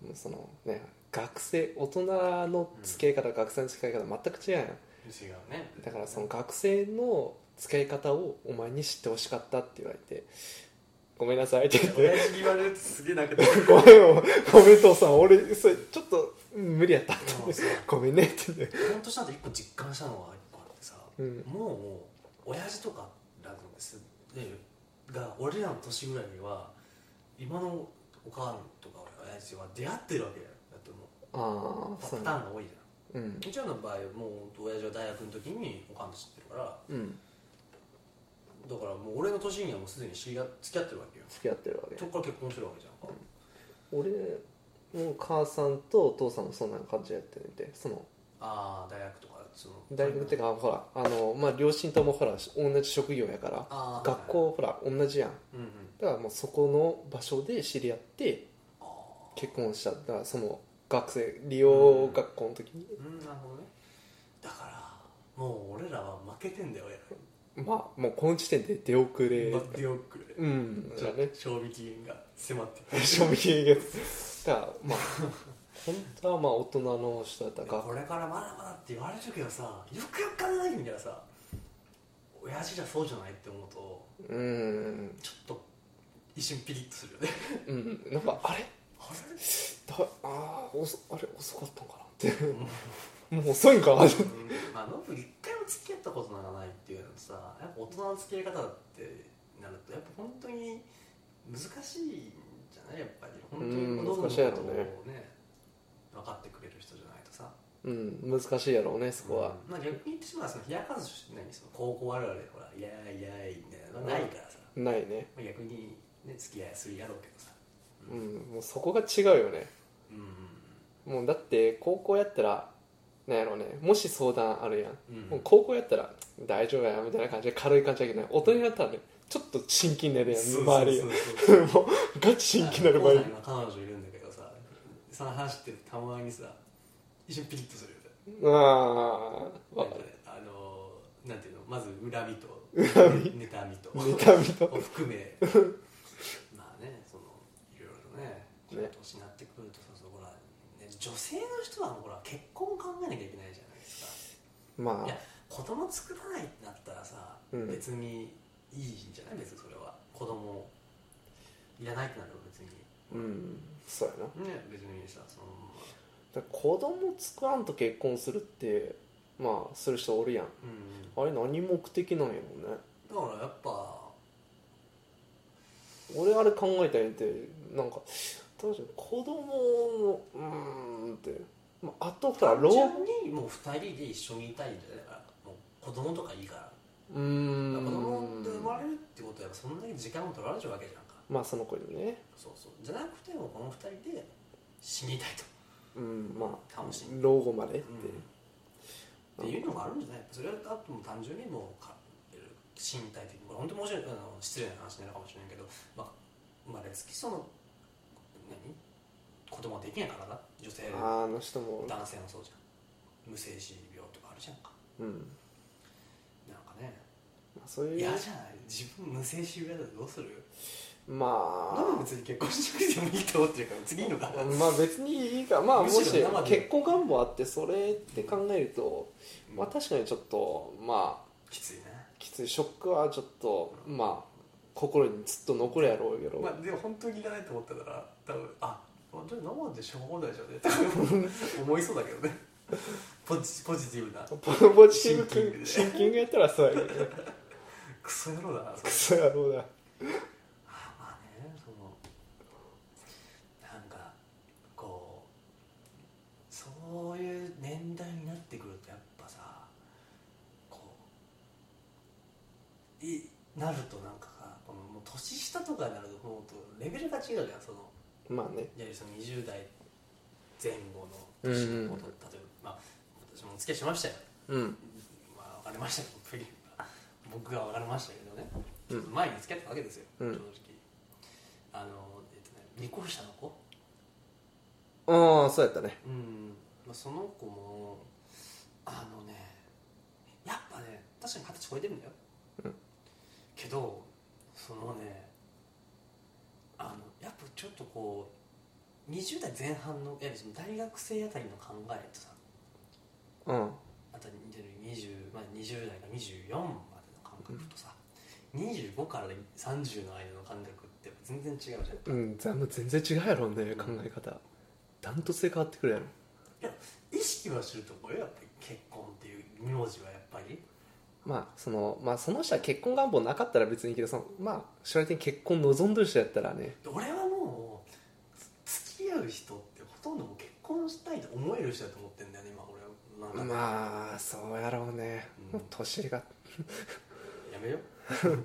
Speaker 1: もうそのね学生大人の付き合い方、学生の付き合い方全く違うやん
Speaker 2: うん、違うね
Speaker 1: だからその学生の使い方をお前に知ってほしかったって言われて「ごめんなさい」って言 って
Speaker 2: 親父に言われるとすげえなんか
Speaker 1: 「ごめんよごめん父さん俺それちょっとうん無理やった」って
Speaker 2: もうさ
Speaker 1: 「ごめんね」って言って
Speaker 2: 本当したと一個実感したのが一個あってさ、
Speaker 1: うん
Speaker 2: もう親父とからのですねが俺らの年ぐらいには今のお母さんとか親父は出会ってるわけだよだってもう
Speaker 1: ああ
Speaker 2: パ
Speaker 1: そう
Speaker 2: タ
Speaker 1: な
Speaker 2: ーンが多いじゃん
Speaker 1: うん
Speaker 2: うちらの場合もう親父は大学の時におかんと知ってるから
Speaker 1: うん
Speaker 2: だからもう俺の年にはもうすでに知り合付き合ってるわけよ
Speaker 1: 付き合ってるわけ
Speaker 2: そこから結婚してるわけじゃんか、
Speaker 1: 俺も母さんと父さんもそんな感じやっててその
Speaker 2: ああ大学とかその
Speaker 1: 大学っていうかほらあの、まあ、両親ともほら同じ職業やから
Speaker 2: あー
Speaker 1: 学校ほら同じやん
Speaker 2: うんうん
Speaker 1: だからもうそこの場所で知り合って
Speaker 2: あ
Speaker 1: 結婚しただからその学生利用学校の時に、
Speaker 2: あうんなるほどねだからもう俺らは負けてんだよ親ら
Speaker 1: まあもうこの時点で出遅れ、
Speaker 2: 待ってよくれ
Speaker 1: うんじゃあね
Speaker 2: 賞味期限が迫 ってる
Speaker 1: 賞味期限がだからまあ本当はまあ大人の人だった
Speaker 2: こ
Speaker 1: か
Speaker 2: れからまだまだって言われるけどさよくよく考えてみたらさ親父じゃそうじゃないって思うと
Speaker 1: うん
Speaker 2: ちょっと一瞬ピリッとす るよね
Speaker 1: うんなんかあれ
Speaker 2: あれ
Speaker 1: だあー遅あれ遅かったんかなってもう遅いんか なって
Speaker 2: うんまあノブ一回も付き合ったことがないっていうのとさやっぱ大人の付き合い方ってなるとやっぱ本当に難しいんじゃないやっぱり本当に
Speaker 1: うん
Speaker 2: ノブのこ
Speaker 1: 難し
Speaker 2: と
Speaker 1: い
Speaker 2: を
Speaker 1: やろうね
Speaker 2: ね分かってくれる人じゃないとさ
Speaker 1: うん難しいやろうねそこは、
Speaker 2: うんまあ、逆に言ってしまうとその冷やかずしないその高校あるあるでほら「いやーいやーい」みたいなのがないからさ、
Speaker 1: ないね
Speaker 2: まあ、逆にね付き合いするやろうけどさ
Speaker 1: うんもうそこが違うよね
Speaker 2: うん
Speaker 1: もうだって高校やったらなんやろうねもし相談あるやん、
Speaker 2: うん
Speaker 1: もう高校やったら大丈夫やみたいな感じで軽い感じだけど大人になったらねちょっと真剣になるやん
Speaker 2: そう
Speaker 1: 周りが
Speaker 2: そうそうそう
Speaker 1: もうガチ真剣になる
Speaker 2: あ
Speaker 1: 周
Speaker 2: の香港
Speaker 1: り
Speaker 2: には彼女いるんだけどさその話ってたまにさ一瞬ピリッとするよね
Speaker 1: ああ
Speaker 2: な
Speaker 1: わ
Speaker 2: ん
Speaker 1: か
Speaker 2: か
Speaker 1: る
Speaker 2: ねあのなんていうのまず恨みと妬みと
Speaker 1: 妬みと
Speaker 2: を含めまあねそのいろいろとねこの年になってくるとさそこら、ね、女性の人はほら結婚を考えなきゃいけないじゃないですか
Speaker 1: ま
Speaker 2: いや
Speaker 1: あ
Speaker 2: 子供作らないってなったらさ、
Speaker 1: うん
Speaker 2: 別にいいんじゃない別にそれは子供いらないってなるば別に
Speaker 1: うんそうやなだか
Speaker 2: ね別にさその
Speaker 1: ら子供作らんと結婚するってまあする人おるやん
Speaker 2: うん
Speaker 1: あれ何目的なんやろうね
Speaker 2: だからやっぱ
Speaker 1: 俺あれ考えたんやってなんか確かに子供のうーんって、まあ、あとほら
Speaker 2: 単
Speaker 1: 老
Speaker 2: 純にもう2人で一緒にいたいんじゃないだからもう子供とかいいから
Speaker 1: うー
Speaker 2: 子供
Speaker 1: ん
Speaker 2: で生まれるってことはやっぱそんだけ時間も取られちゃうわけじゃんか
Speaker 1: まあその子にね
Speaker 2: そうそうじゃなくてもこの2人で死にたいと、
Speaker 1: うんまあ
Speaker 2: 楽しい
Speaker 1: 老後までって、
Speaker 2: うんっていうのがあるんじゃないそれはあともう単純にもうか身体的にこれ本当に申し訳ないあの失礼な話になるかもしれないけど、まあ、生まれつきその何子供ができない体女性
Speaker 1: あの人も
Speaker 2: 男性もそうじゃん無精子病とかあるじゃんか
Speaker 1: うん、
Speaker 2: なんかね
Speaker 1: まあ、そういう
Speaker 2: 嫌じゃない自分無精子病だとどうする
Speaker 1: ま
Speaker 2: でも
Speaker 1: あ
Speaker 2: 別に結婚しなくてもいいと思ってるから次いいのかな、
Speaker 1: まあ別にいいかまあも
Speaker 2: む
Speaker 1: し
Speaker 2: しろ生で
Speaker 1: 結婚願望あってそれって考えると、まあ確かにちょっとまあ
Speaker 2: きついね
Speaker 1: きついショックはちょっとまあ心にずっと残るやろうけど、
Speaker 2: まあでも本当にいらないと思ったから多分あ本当に生でしょうもないじゃねとか思いそうだけどねポジポジティブな
Speaker 1: ポジティ
Speaker 2: シン
Speaker 1: ブ
Speaker 2: キング
Speaker 1: キン
Speaker 2: で
Speaker 1: シンキングやったらそうやけどね
Speaker 2: クソ野郎だなそ
Speaker 1: ク
Speaker 2: れ
Speaker 1: ソ野郎だ
Speaker 2: あまあねそのなんかこうそういう年代になってくるとやっぱさこういなるとなんかさこのもう年下とかになるともうとレベルが違うじゃんその
Speaker 1: まあ
Speaker 2: い
Speaker 1: ね
Speaker 2: わゆるその20代前後の年のこと、
Speaker 1: うん
Speaker 2: 例えば、まあ、私もお付き合いしましたよ、
Speaker 1: うん
Speaker 2: まあ、別れましたけど次僕が別れましたけどね、
Speaker 1: うん
Speaker 2: ちょっと前に付き合ったわけですよ、
Speaker 1: うん
Speaker 2: 正直あの、えっとね、離婚者の子、
Speaker 1: ああそうやったね
Speaker 2: うんまあ、その子もあのねやっぱね確かに二十歳超えてるんだよ、
Speaker 1: うん
Speaker 2: けどそのねあのやっぱちょっとこう20代前半のいやその大学生あたりの考えとさ
Speaker 1: うん
Speaker 2: あと20、まあ、20代から24までの感覚とさ、25から30の間の感覚ってやっぱ全然違うじゃん
Speaker 1: うんざもう全然違うやろうね考え方ダントツで変わってくるやろ
Speaker 2: 意識はするとこよやっぱり結婚っていう名字はやっぱり
Speaker 1: まあそのまあその人は結婚願望なかったら別にいいけどそのまあ将来的に結婚望んでる人やったらね
Speaker 2: 俺はもうつ付き合う人ってほとんどもう結婚したいと思える人だと思ってんだよね今俺はなんか、
Speaker 1: まあそうやろうね、
Speaker 2: うん
Speaker 1: もう年が
Speaker 2: やめよそう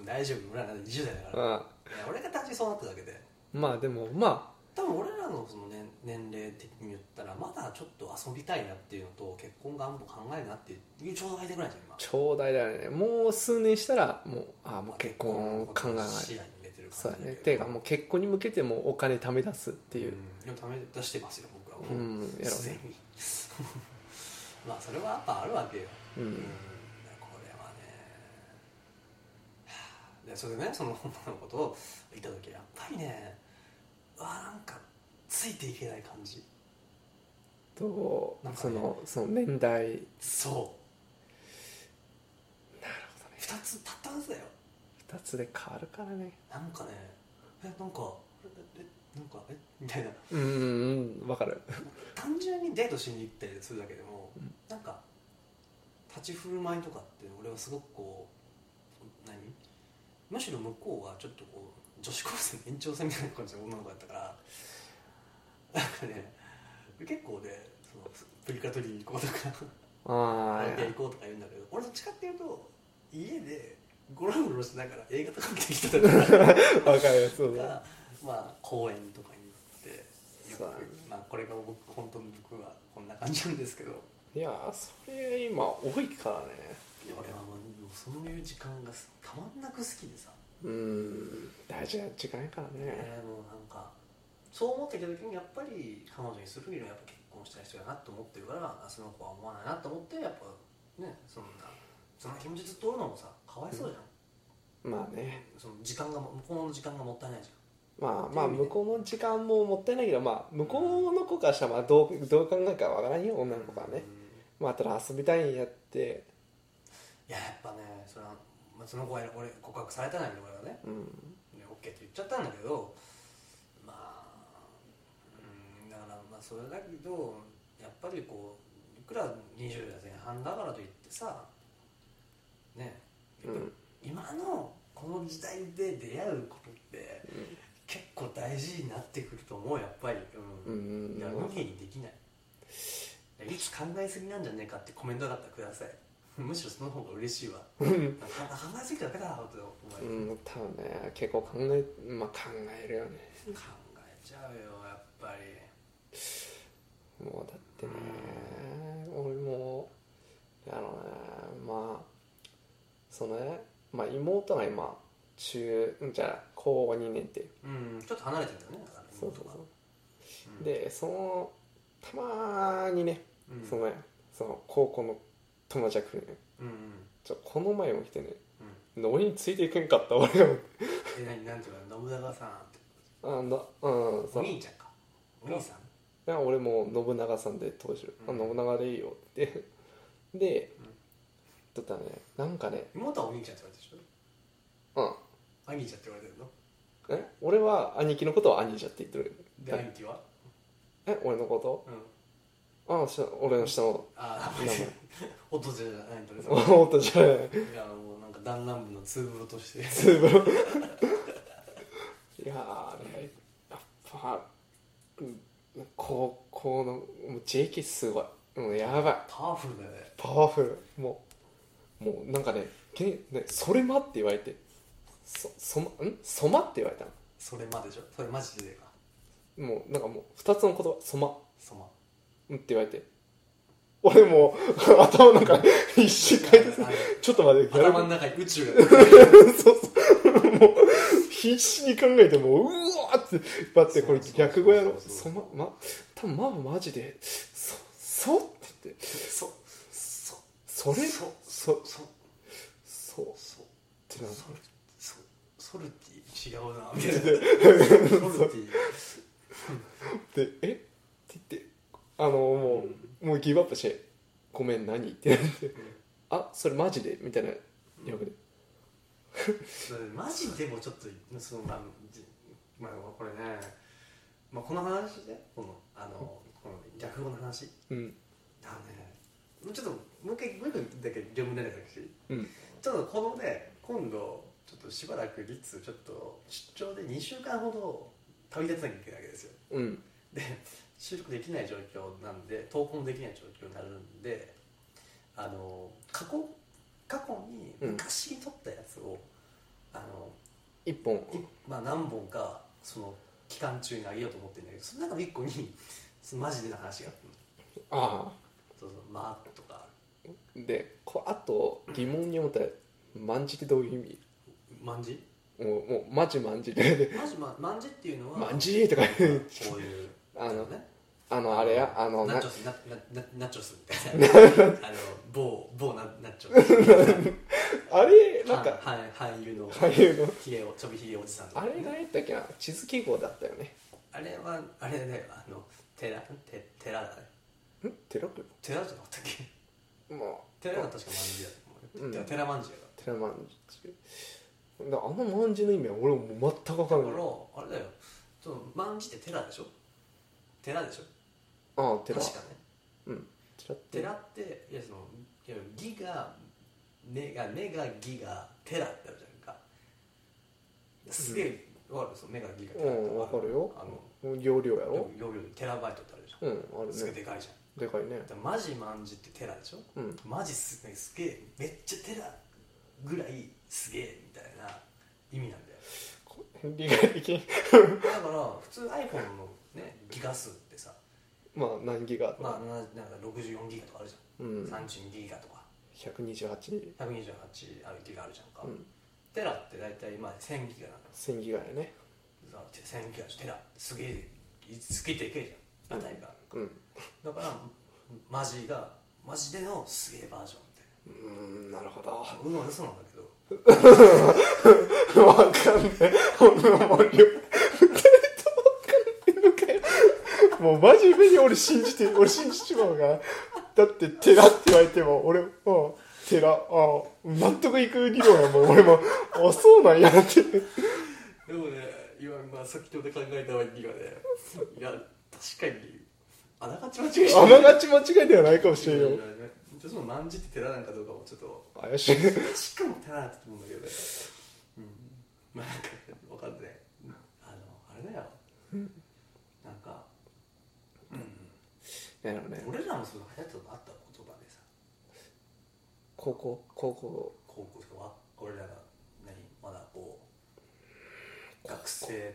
Speaker 2: 大丈夫俺らなんて20代だから、
Speaker 1: まあ
Speaker 2: いや俺が単純にそうなっただけで
Speaker 1: まあでもま
Speaker 2: 多分俺らのその、ね、年齢的に言ったらまだちょっと遊びたいなっていうのと結婚願望考えるなっていうちょうど相手ぐらいじゃん今
Speaker 1: あちょうだいだよねもう数年したらもうああもう結婚を考えない
Speaker 2: 視野に入れてる
Speaker 1: そう
Speaker 2: 感
Speaker 1: だ
Speaker 2: じ
Speaker 1: ね
Speaker 2: けど
Speaker 1: ていうかもう結婚に向けてもうお金貯め出すっていう
Speaker 2: うん、でもため出してますよ僕はも
Speaker 1: う、
Speaker 2: うん
Speaker 1: やろう
Speaker 2: すで
Speaker 1: ね
Speaker 2: に まあそれはやっぱあるわけよ、
Speaker 1: う
Speaker 2: うん
Speaker 1: ん
Speaker 2: これはねはあでそれでねその 女の子といた時やっぱりねうわなんかついていけない感じ
Speaker 1: と
Speaker 2: なんか
Speaker 1: そ
Speaker 2: ね
Speaker 1: のその年代
Speaker 2: そう
Speaker 1: なる
Speaker 2: 2つだよ
Speaker 1: 2つで変わるからね
Speaker 2: なんかねえなんかええなんかえみたいな
Speaker 1: うんうんうんわかる
Speaker 2: 単純にデートしに行ったりするだけでも、
Speaker 1: うん
Speaker 2: なんか立ち振る舞いとかって俺はすごくこう何むしろ向こうはちょっとこう女子高生の延長線みたいな感じの女の子だったからなんかね結構ねそのプリカトリー行こうとか
Speaker 1: ああ
Speaker 2: アイデア行こうとか言うんだけど俺どっちかっていうと家でゴロゴロしながら映画とか見てきてたから
Speaker 1: わかるそうだ
Speaker 2: が、まあ、公園とかに行ってよく
Speaker 1: そうだね
Speaker 2: まあ、これが僕本当に僕はこんな感じなんですけど
Speaker 1: いやーそれ今多いからね
Speaker 2: いや俺はもうそういう時間がすたまんなく好きでさ、
Speaker 1: うん大事な時間やからね
Speaker 2: えーもうなんかそう思ってきた時にやっぱり彼女にするにはやっぱ結婚したい人だなと思ってるからあその子は思わないなと思ってやっぱねそんなその気持ちずっとおるのもさかわいそうじゃん、
Speaker 1: まあね
Speaker 2: その時間がも向こうの時間がもったいないじゃん
Speaker 1: まあまあ向こうの時間ももったいないけどまあ向こうの子からしたらまあどうどう考えるかわからんよ女の子がね
Speaker 2: うん
Speaker 1: まあただ遊びたいんやって
Speaker 2: いややっぱねそれは、まあ、その子は俺告白されたんだけど俺はね
Speaker 1: うん
Speaker 2: ね OK って言っちゃったんだけどまあうんだからまあそれだけどやっぱりこういくら20代前半だからといってさね
Speaker 1: う
Speaker 2: やっぱ
Speaker 1: ん
Speaker 2: 今のこの時代で出会うことって結構大事になってくると思うやっぱり
Speaker 1: う
Speaker 2: うん、
Speaker 1: ん
Speaker 2: いや無理にできないいやいつ考えすぎなんじゃねえかってコメントだったらくださいむしろその方が嬉しいわ
Speaker 1: うん
Speaker 2: なんか考えすぎただけだろうと思
Speaker 1: う
Speaker 2: います
Speaker 1: ん多分ね結構考えまあ考えるよね
Speaker 2: 考えちゃうよやっぱり
Speaker 1: もうだってね俺もあのねまあそのねまあ妹が今中うんじゃあ高2年って
Speaker 2: うんちょっと離れてんだよねだから
Speaker 1: そうそう
Speaker 2: 妹が
Speaker 1: そう、でそのたまにね
Speaker 2: うんうん
Speaker 1: そのねその高校の友達が来るのよ
Speaker 2: うんうん
Speaker 1: ちょこの前も来てね
Speaker 2: うん
Speaker 1: 俺についていけんかった俺が
Speaker 2: え何なんていうの信長さんって
Speaker 1: あのうん
Speaker 2: お
Speaker 1: そう
Speaker 2: 兄ちゃんかお兄さん
Speaker 1: いや俺も信長さんで当時、
Speaker 2: うん
Speaker 1: あ信長でいいよってで、
Speaker 2: うん
Speaker 1: だったらねなんかね
Speaker 2: 妹はお兄ちゃんって言われてるでし
Speaker 1: うん
Speaker 2: ょ兄ちゃんって言われてるの
Speaker 1: え俺は兄貴のことは兄じゃって言ってる
Speaker 2: で
Speaker 1: はい
Speaker 2: 兄貴は
Speaker 1: え俺のこ
Speaker 2: うん
Speaker 1: とあ下俺の下の
Speaker 2: ああ
Speaker 1: 名 前
Speaker 2: 弟じゃないんだねそれ
Speaker 1: おっとじゃ ない
Speaker 2: いやもうなんか弾丸部の通風呂として
Speaker 1: ツーブロいやーねやっぱ、うん、高校のもう JK すごいもうやばい
Speaker 2: パワフルだよね
Speaker 1: パワフルもうもうなんかねけねそれまって言われてそそまんそまって言われた
Speaker 2: それまでしょそれマジでか
Speaker 1: のもうなんかもう二つの言葉そま
Speaker 2: そ ま
Speaker 1: んって言われて俺もう 頭なんか一瞬回転する
Speaker 2: あの
Speaker 1: ちょっと待ってギャ
Speaker 2: 頭の
Speaker 1: ル
Speaker 2: 中に宇宙が
Speaker 1: そうそうもう必死に考えてもううわーって待ってこれ
Speaker 2: そうそうそう
Speaker 1: 逆語やろ
Speaker 2: そう
Speaker 1: そまま多分まあマジでそそって言って
Speaker 2: そそ
Speaker 1: それ
Speaker 2: そ
Speaker 1: そ
Speaker 2: そ
Speaker 1: そうっ
Speaker 2: そ
Speaker 1: てなって
Speaker 2: ソルソソルティ違うなみたいなソルティ
Speaker 1: で「えっ?」て言ってあのもう,、もうギブアップして「ごめん何?」ってなって「あそれマジで?」みたいなよくで
Speaker 2: それマジでもちょっとそのあのじまあこれねまあこの話でこのあのこの略語の話
Speaker 1: うん
Speaker 2: あのねもうちょっともう一回もう一個だけ読むねだけ
Speaker 1: うん
Speaker 2: ちょっとこのね今度ちょっとしばらくリッツちょっと出張で2週間ほど旅立たなきゃいけないわけですよ
Speaker 1: うん
Speaker 2: で収録できない状況なんで投稿もできない状況になるんであの過去過去に
Speaker 1: うん
Speaker 2: 昔に撮ったやつを、あの
Speaker 1: 一本
Speaker 2: いまあ、何本かその期間中にあげようと思ってるんだけどその中の1個に そのマジでの話があったの
Speaker 1: あ
Speaker 2: そうそう「まあ」とか
Speaker 1: あでこうあと疑問に思ったら「まんじ」ってどういう意
Speaker 2: 「まんじ
Speaker 1: 味もうもうマジまんじで」
Speaker 2: まじままんじっていうの
Speaker 1: 「
Speaker 2: は
Speaker 1: まんじ」とか
Speaker 2: こういう
Speaker 1: あの
Speaker 2: ね
Speaker 1: あのあれやあの
Speaker 2: ナッ
Speaker 1: な
Speaker 2: チョスナナナナッチョスみた いなあの某某ナナッチョス
Speaker 1: あれなん
Speaker 2: は
Speaker 1: か
Speaker 2: はい俳優の
Speaker 1: ああいうの
Speaker 2: ひげをちょびひげおじさんと
Speaker 1: あ
Speaker 2: か
Speaker 1: れ何やったっけな地図記号だったよね
Speaker 2: あれはあれだよあの寺て寺だね
Speaker 1: ん寺く
Speaker 2: 寺じゃなかったっけ
Speaker 1: もう
Speaker 2: 寺が確かまんじだと思う
Speaker 1: うん
Speaker 2: 寺まんじだか
Speaker 1: 寺まんじゅうだからあのまんじゅうの意味は俺もう全く分か
Speaker 2: だ
Speaker 1: ん
Speaker 2: か
Speaker 1: な
Speaker 2: ら
Speaker 1: い
Speaker 2: あれだよその万字って寺でしょ寺でしょ
Speaker 1: ああ寺
Speaker 2: 確かね
Speaker 1: うん寺って
Speaker 2: 寺っていやそのいや義が根が根が義が寺ってあるじゃんかすげえわかるその根が義が寺って
Speaker 1: うんわかるよ
Speaker 2: あの
Speaker 1: 容量や
Speaker 2: で
Speaker 1: ろ
Speaker 2: も容量でテラバイトってあるじ
Speaker 1: うんあ
Speaker 2: ゃんすげえ
Speaker 1: るね
Speaker 2: でかいじゃん
Speaker 1: でかいね
Speaker 2: だからマジマンジってテラでしょ
Speaker 1: うん
Speaker 2: マジす,、ね、すげえめっちゃテラぐらいすげえみたいな意味なんだよ
Speaker 1: 理解的に
Speaker 2: だから普通 iPhone のねギガ数ってさ
Speaker 1: まあ何ギガとか
Speaker 2: まあななんか64ギガとかあるじゃ、
Speaker 1: うんん
Speaker 2: 32ギガとか
Speaker 1: 128
Speaker 2: 128あるギガあるじゃんか、
Speaker 1: うん
Speaker 2: テラって大体まあ1000ギガなの
Speaker 1: 1000ギガやね
Speaker 2: さ1000ギガテラすげえすげえでけえじゃん値が、
Speaker 1: うん
Speaker 2: だからマジがマジでのすげえバージョンみたいな
Speaker 1: うーんなるほど
Speaker 2: うのは嘘なんだけど
Speaker 1: わかんないほんのもう両二人とも分かってんのかよもう真面目に俺信じて俺信じちまうがだって寺って言われても俺もう寺ああ納得いく理論やもん俺もあそうなんやって
Speaker 2: でもね今、まあ、先ほど考えたわけがねいや確かにあながち間違いじゃ
Speaker 1: あ
Speaker 2: ない
Speaker 1: ながち間違いではないかもしれんよ
Speaker 2: ちょっとその万字って寺なんかどうかもちょっと
Speaker 1: 怪しい
Speaker 2: しかも寺だと思うんだけどねうんまあなんか分かんないあのあれだよなんか、うん、
Speaker 1: なるほどね
Speaker 2: 俺らもその流行ったのあった言葉でさ
Speaker 1: 高校高校
Speaker 2: 高校とかは俺らが何まだこう学生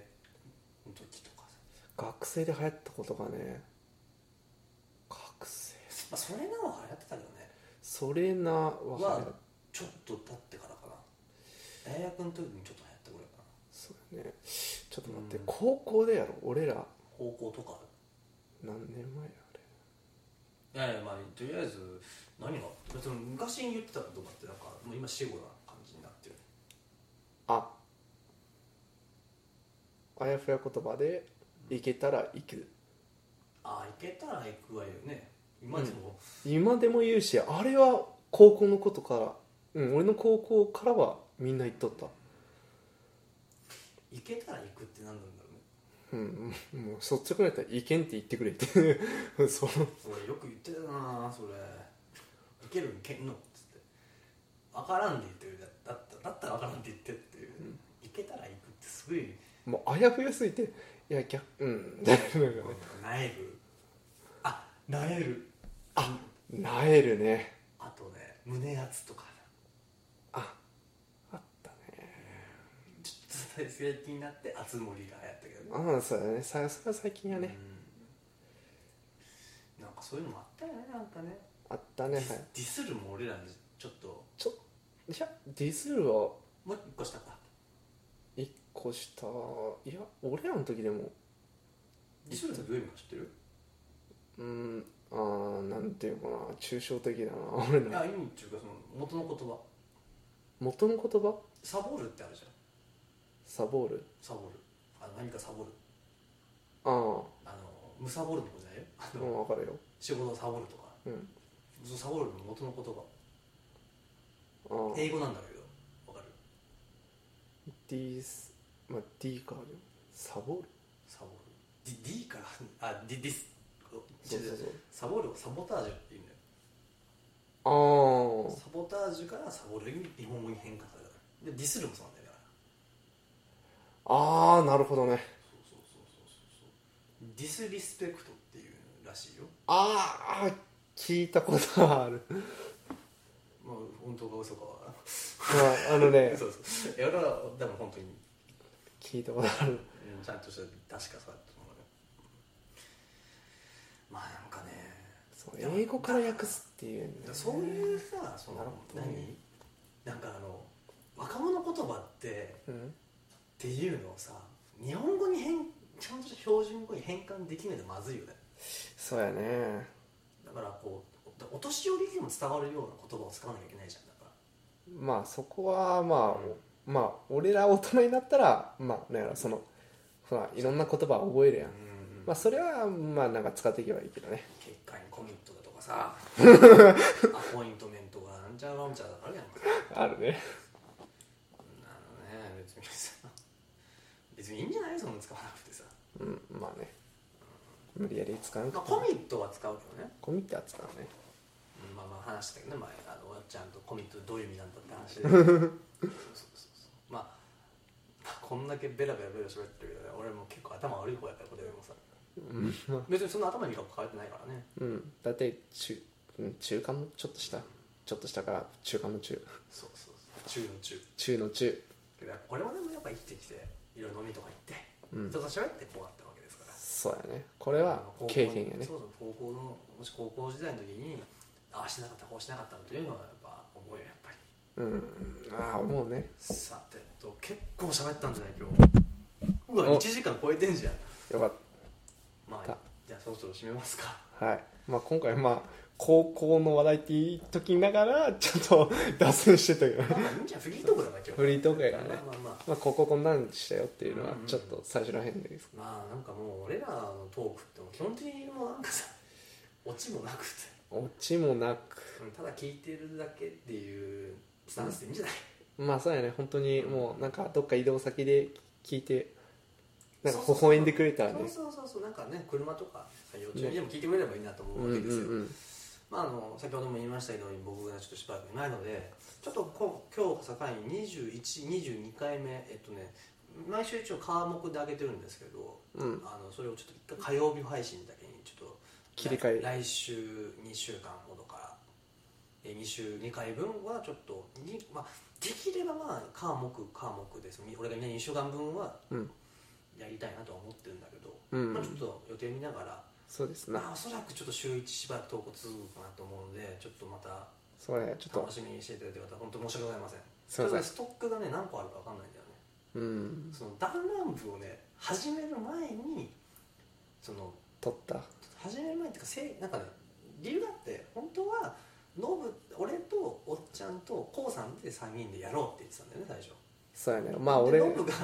Speaker 2: の時とかさ
Speaker 1: 学生で流行ったことがね学生
Speaker 2: まあ、それなのは流行ってたけどね
Speaker 1: それなは流行
Speaker 2: は
Speaker 1: っ
Speaker 2: ちょっと経ってからかな大学の時にちょっと流行ってこれかな
Speaker 1: そうねちょっと待って、
Speaker 2: うん
Speaker 1: 高校でやろ俺ら
Speaker 2: 高校とか
Speaker 1: 何年前やあ
Speaker 2: いやい
Speaker 1: れ
Speaker 2: やまあとりあえず何が別に昔に言ってたことかってなんかもう今死後な感じになってる
Speaker 1: ああやふや言葉で「行けたら行く
Speaker 2: ああ行けたら行くわよね今でも、」
Speaker 1: 今でも言うしあれは高校のことからうん俺の高校からはみんな行っとった
Speaker 2: 行けたら行くって何なんだろうね
Speaker 1: うんうんもう率直にやったら「行けん」って言ってくれって その
Speaker 2: 俺よく言ってたなそれ行けるんけんのっつって分からんで言ってるだだっただったら分からんで言ってっていう、行けたら行くってすごい
Speaker 1: もうあやふやすぎて「いや逆うん」みたいなのがね
Speaker 2: なえるあなえる
Speaker 1: あなえるね
Speaker 2: あとね胸圧とか
Speaker 1: ああったね
Speaker 2: ちょっと最近になって熱盛が流行ったけどね
Speaker 1: ああそうだねさそれは最近やね、
Speaker 2: うんなんかそういうのもあったよねなんかね
Speaker 1: あった
Speaker 2: デ
Speaker 1: ね
Speaker 2: ィ
Speaker 1: はい
Speaker 2: スディスるも俺らにちょっと
Speaker 1: ちょいやディズルは
Speaker 2: もう一個したか
Speaker 1: 1個下いや俺らの時でも
Speaker 2: ディスるってどういう意味か知ってる
Speaker 1: うーんあーなんていうかな抽象的だな 俺
Speaker 2: い
Speaker 1: の
Speaker 2: や意味っていうかその元の言葉
Speaker 1: 元の言葉
Speaker 2: サボるってあるじゃん
Speaker 1: サボール
Speaker 2: サボるあの何かサボる
Speaker 1: あ
Speaker 2: あ
Speaker 1: あ
Speaker 2: の無サボるのことじゃないよあ
Speaker 1: う
Speaker 2: の、
Speaker 1: ん分かるよ
Speaker 2: 仕事をサボるとか
Speaker 1: うん
Speaker 2: そのサボるの元の言葉
Speaker 1: ああデ
Speaker 2: 英語なんだけどわかる
Speaker 1: ィスまあ D かでもサボール
Speaker 2: サボる D, D からあディディス
Speaker 1: そうそうそう
Speaker 2: サボるをサボタージュっていうんだよ
Speaker 1: ああ
Speaker 2: サボタージュからサボるに日本語に変化されたからでディスるもそうなんだよだから
Speaker 1: ああなるほどね
Speaker 2: そうそうそうそうそうそうディスリスペクトっていうらしいよ
Speaker 1: ああ聞いたことがある、
Speaker 2: まあ本当か嘘かは
Speaker 1: まあ、あのね
Speaker 2: そうそういや俺はでも本当に、
Speaker 1: 聞いたことある
Speaker 2: うんちゃんとした確かさって思うねまあなんかね
Speaker 1: そう英語から訳すっていうね
Speaker 2: だからそういうさそ
Speaker 1: なる
Speaker 2: の
Speaker 1: ほどね
Speaker 2: 何なんかあの若者言葉って
Speaker 1: うん
Speaker 2: っていうのをさ日本語に変ちゃんとした標準語に変換できないとまずいよね
Speaker 1: そうやね
Speaker 2: だからこうおお年寄りにも伝わるような言葉を使わなきゃいけないじゃんだか
Speaker 1: まあそこはま
Speaker 2: ら、
Speaker 1: あ、まあ俺ら大人になったらまあなんやろそのほらいろんな言葉を覚えるやん
Speaker 2: うん
Speaker 1: まあそれはまあなんか使っていけばいいけどね
Speaker 2: 結果にコミットだとかさアポイントメントがなんじゃらんじゃだからやんか
Speaker 1: あるね
Speaker 2: あのね別にさ別にいいんじゃないそんな使わなくてさ、
Speaker 1: うんまあね無理やり使う
Speaker 2: まあ、
Speaker 1: か
Speaker 2: コミットは使うけどね、
Speaker 1: コミってやつだね
Speaker 2: うんまあまあ話したけどね前あのおっちゃんとコミットどういう意味なんだって話 でそうそうそうそうまあまあこんだけベラベラベラ喋ってるけどね俺も結構頭悪い方やからこれもさ
Speaker 1: うんまあ
Speaker 2: 別にそんな頭に学変えてないからね
Speaker 1: うん大体中うん中間もちょっとしたちょっとしたから中間も中
Speaker 2: そうそうそう中の中
Speaker 1: 中の中
Speaker 2: けど俺もでもやっぱ生きてきていろいろ飲みとか行って、
Speaker 1: うん
Speaker 2: 人と喋ってこうなったわけですから
Speaker 1: そうやねこれは
Speaker 2: 高校
Speaker 1: 経験やね
Speaker 2: そうそう高校のもし高校時代の時にああしなかったこうしなかったというのはやっぱ思うよやっぱり
Speaker 1: うんああ思うね
Speaker 2: さてと結構喋ったんじゃない今日う
Speaker 1: お
Speaker 2: わ1時間超えてんじゃん
Speaker 1: よかっ
Speaker 2: まあ
Speaker 1: た
Speaker 2: じゃあそろそろ締めますか
Speaker 1: たはいまあ今回まあ高校の話題って言いときながらちょっと 脱線してたけど
Speaker 2: まあまあいいんじゃんフリートークだから今日
Speaker 1: フリートークやからね
Speaker 2: まあまあまあ
Speaker 1: まあこここんなんしたよっていうのは
Speaker 2: うんうん
Speaker 1: ちょっと最初らへんです
Speaker 2: まあなんかもう俺らのトークってもう基本的にもうなんかさオチもなくて
Speaker 1: オチもなく
Speaker 2: うんただ聞いてるだけっていうスタンスでいいんじゃない、
Speaker 1: まあそうやね本当にもうなんかどっか移動先で聞いてなんか微笑んでくれたらね
Speaker 2: そうそうそうそうなんかね車とか幼稚園でも聞いてくれればいいなと
Speaker 1: う
Speaker 2: 思
Speaker 1: ん
Speaker 2: う
Speaker 1: う
Speaker 2: わ
Speaker 1: ん
Speaker 2: けですよ、
Speaker 1: うん
Speaker 2: まあ、あの先ほども言いましたように僕がちょっとしばらくいないのでちょっとこ今日を境に2122回目えっとね毎週一応科目で上げてるんですけど、
Speaker 1: うん
Speaker 2: あのそれをちょっと一回火曜日配信だけにちょっと
Speaker 1: 切り替え
Speaker 2: 来来週2週間ほどからえ2週2回分はちょっとに、まあ、できればまあ科目科目ですみ俺がいない2週間分は
Speaker 1: うん
Speaker 2: やりたいなとは思ってるんだけど、
Speaker 1: うん
Speaker 2: まあ、ちょっと予定見ながら
Speaker 1: そうです
Speaker 2: ま
Speaker 1: な
Speaker 2: あ、おそらくちょっと週1しばらく投稿続くかなと思うのでちょっとまた
Speaker 1: それちょっと
Speaker 2: 楽しみにしていただいてる方本当申し訳ございません
Speaker 1: すいません
Speaker 2: ちょっとねストックがね何個あるか分かんないんだよね
Speaker 1: うん
Speaker 2: その弾丸部をね始める前にその
Speaker 1: 取った
Speaker 2: 始める前っていうかせいなんかね理由があって本当はノブ俺とおっちゃんとこうさんで3人でやろうって言ってたんだよね最初
Speaker 1: そうやねまあ俺
Speaker 2: でノブが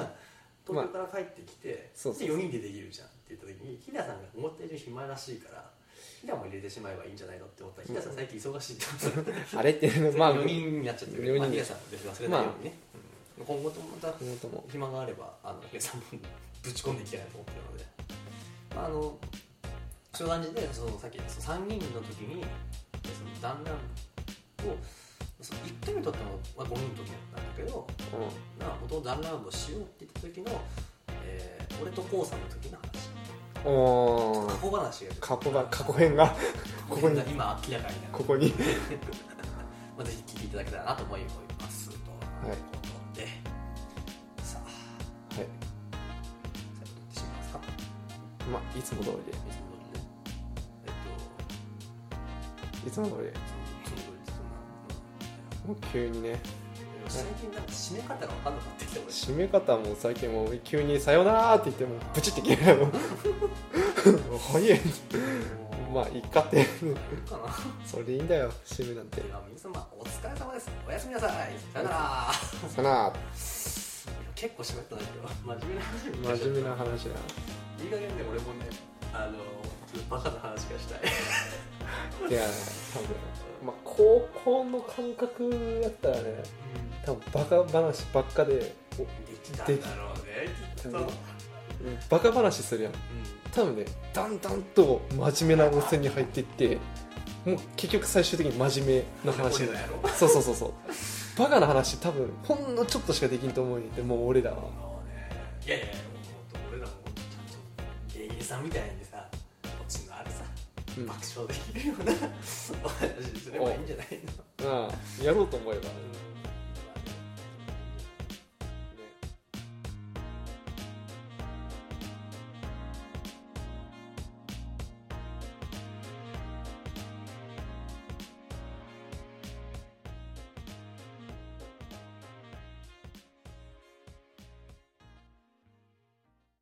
Speaker 2: 東京から帰ってきて、
Speaker 1: そうそう
Speaker 2: で4人でできるじゃんって言った時にヒダさんが思った以上暇らしいからヒダも入れてしまえばいいんじゃないのって思ったらヒダさん最近忙しいって思った
Speaker 1: あれっていうの まあ
Speaker 2: 4人になっちゃってるけど、
Speaker 1: 四人
Speaker 2: まあ、ヒダさんも別に忘れないようにね、うん今後ともまた
Speaker 1: 今後とも
Speaker 2: 暇があればあのヒダさんもぶち込んでいきたいなと思ってるので、まあ、あのそういう感じでそのさっきその3人の時にそのだんだんをその1回目撮ったのは5人の時だったんだけど
Speaker 1: う
Speaker 2: な元々ダンラウンドしようって言った時の、えー俺とこうさんの時の話
Speaker 1: んお
Speaker 2: 過
Speaker 1: ー
Speaker 2: 去話が
Speaker 1: 過去が過去編が
Speaker 2: 過
Speaker 1: こ
Speaker 2: 去
Speaker 1: こ
Speaker 2: 編
Speaker 1: に
Speaker 2: が今明らかになる
Speaker 1: ここに
Speaker 2: まあぜひ聞いていただけたらなと思いますと、
Speaker 1: い
Speaker 2: いうことでさあ
Speaker 1: はい
Speaker 2: 最後に言ってしまいますか
Speaker 1: まあいつも通りで
Speaker 2: いつも通りねえっとそのその通りです
Speaker 1: いつも通りで
Speaker 2: そんな
Speaker 1: もう急にね
Speaker 2: うん最近なんか締め方が分かんなくなってきた俺
Speaker 1: 締め方も最近もう急に「さよなら」って言ってもうブチって消えるの早いまあいっかって
Speaker 2: いいかな
Speaker 1: それでいいんだよ締めなんて
Speaker 2: では皆様お疲れ様ですおやすみなさいさよなら
Speaker 1: さな
Speaker 2: 結構喋ったんだけど真面目な話になっちゃった
Speaker 1: 真面目な話だない
Speaker 2: い加減ね俺もねあのちょっとバカな話がしたい
Speaker 1: いや多分まあ高校の感覚やったらね多分バカ話ばっかで
Speaker 2: できたんだろうねきっと、
Speaker 1: うんバカ話するやん多分ねだんだんと真面目な温泉に入っていってもう結局最終的に真面目な話
Speaker 2: 俺
Speaker 1: に
Speaker 2: らやろ
Speaker 1: そうそうそうそうバカな話多分ほんのちょっとしかできんと思うねんでもう俺らは
Speaker 2: もうねいやいやいやもうほんと俺らもちゃんと芸人さんみたいにさこっちのあれさ
Speaker 1: うん
Speaker 2: 爆笑できるようなお話にすればいいんじゃないの
Speaker 1: まあやろうと思えば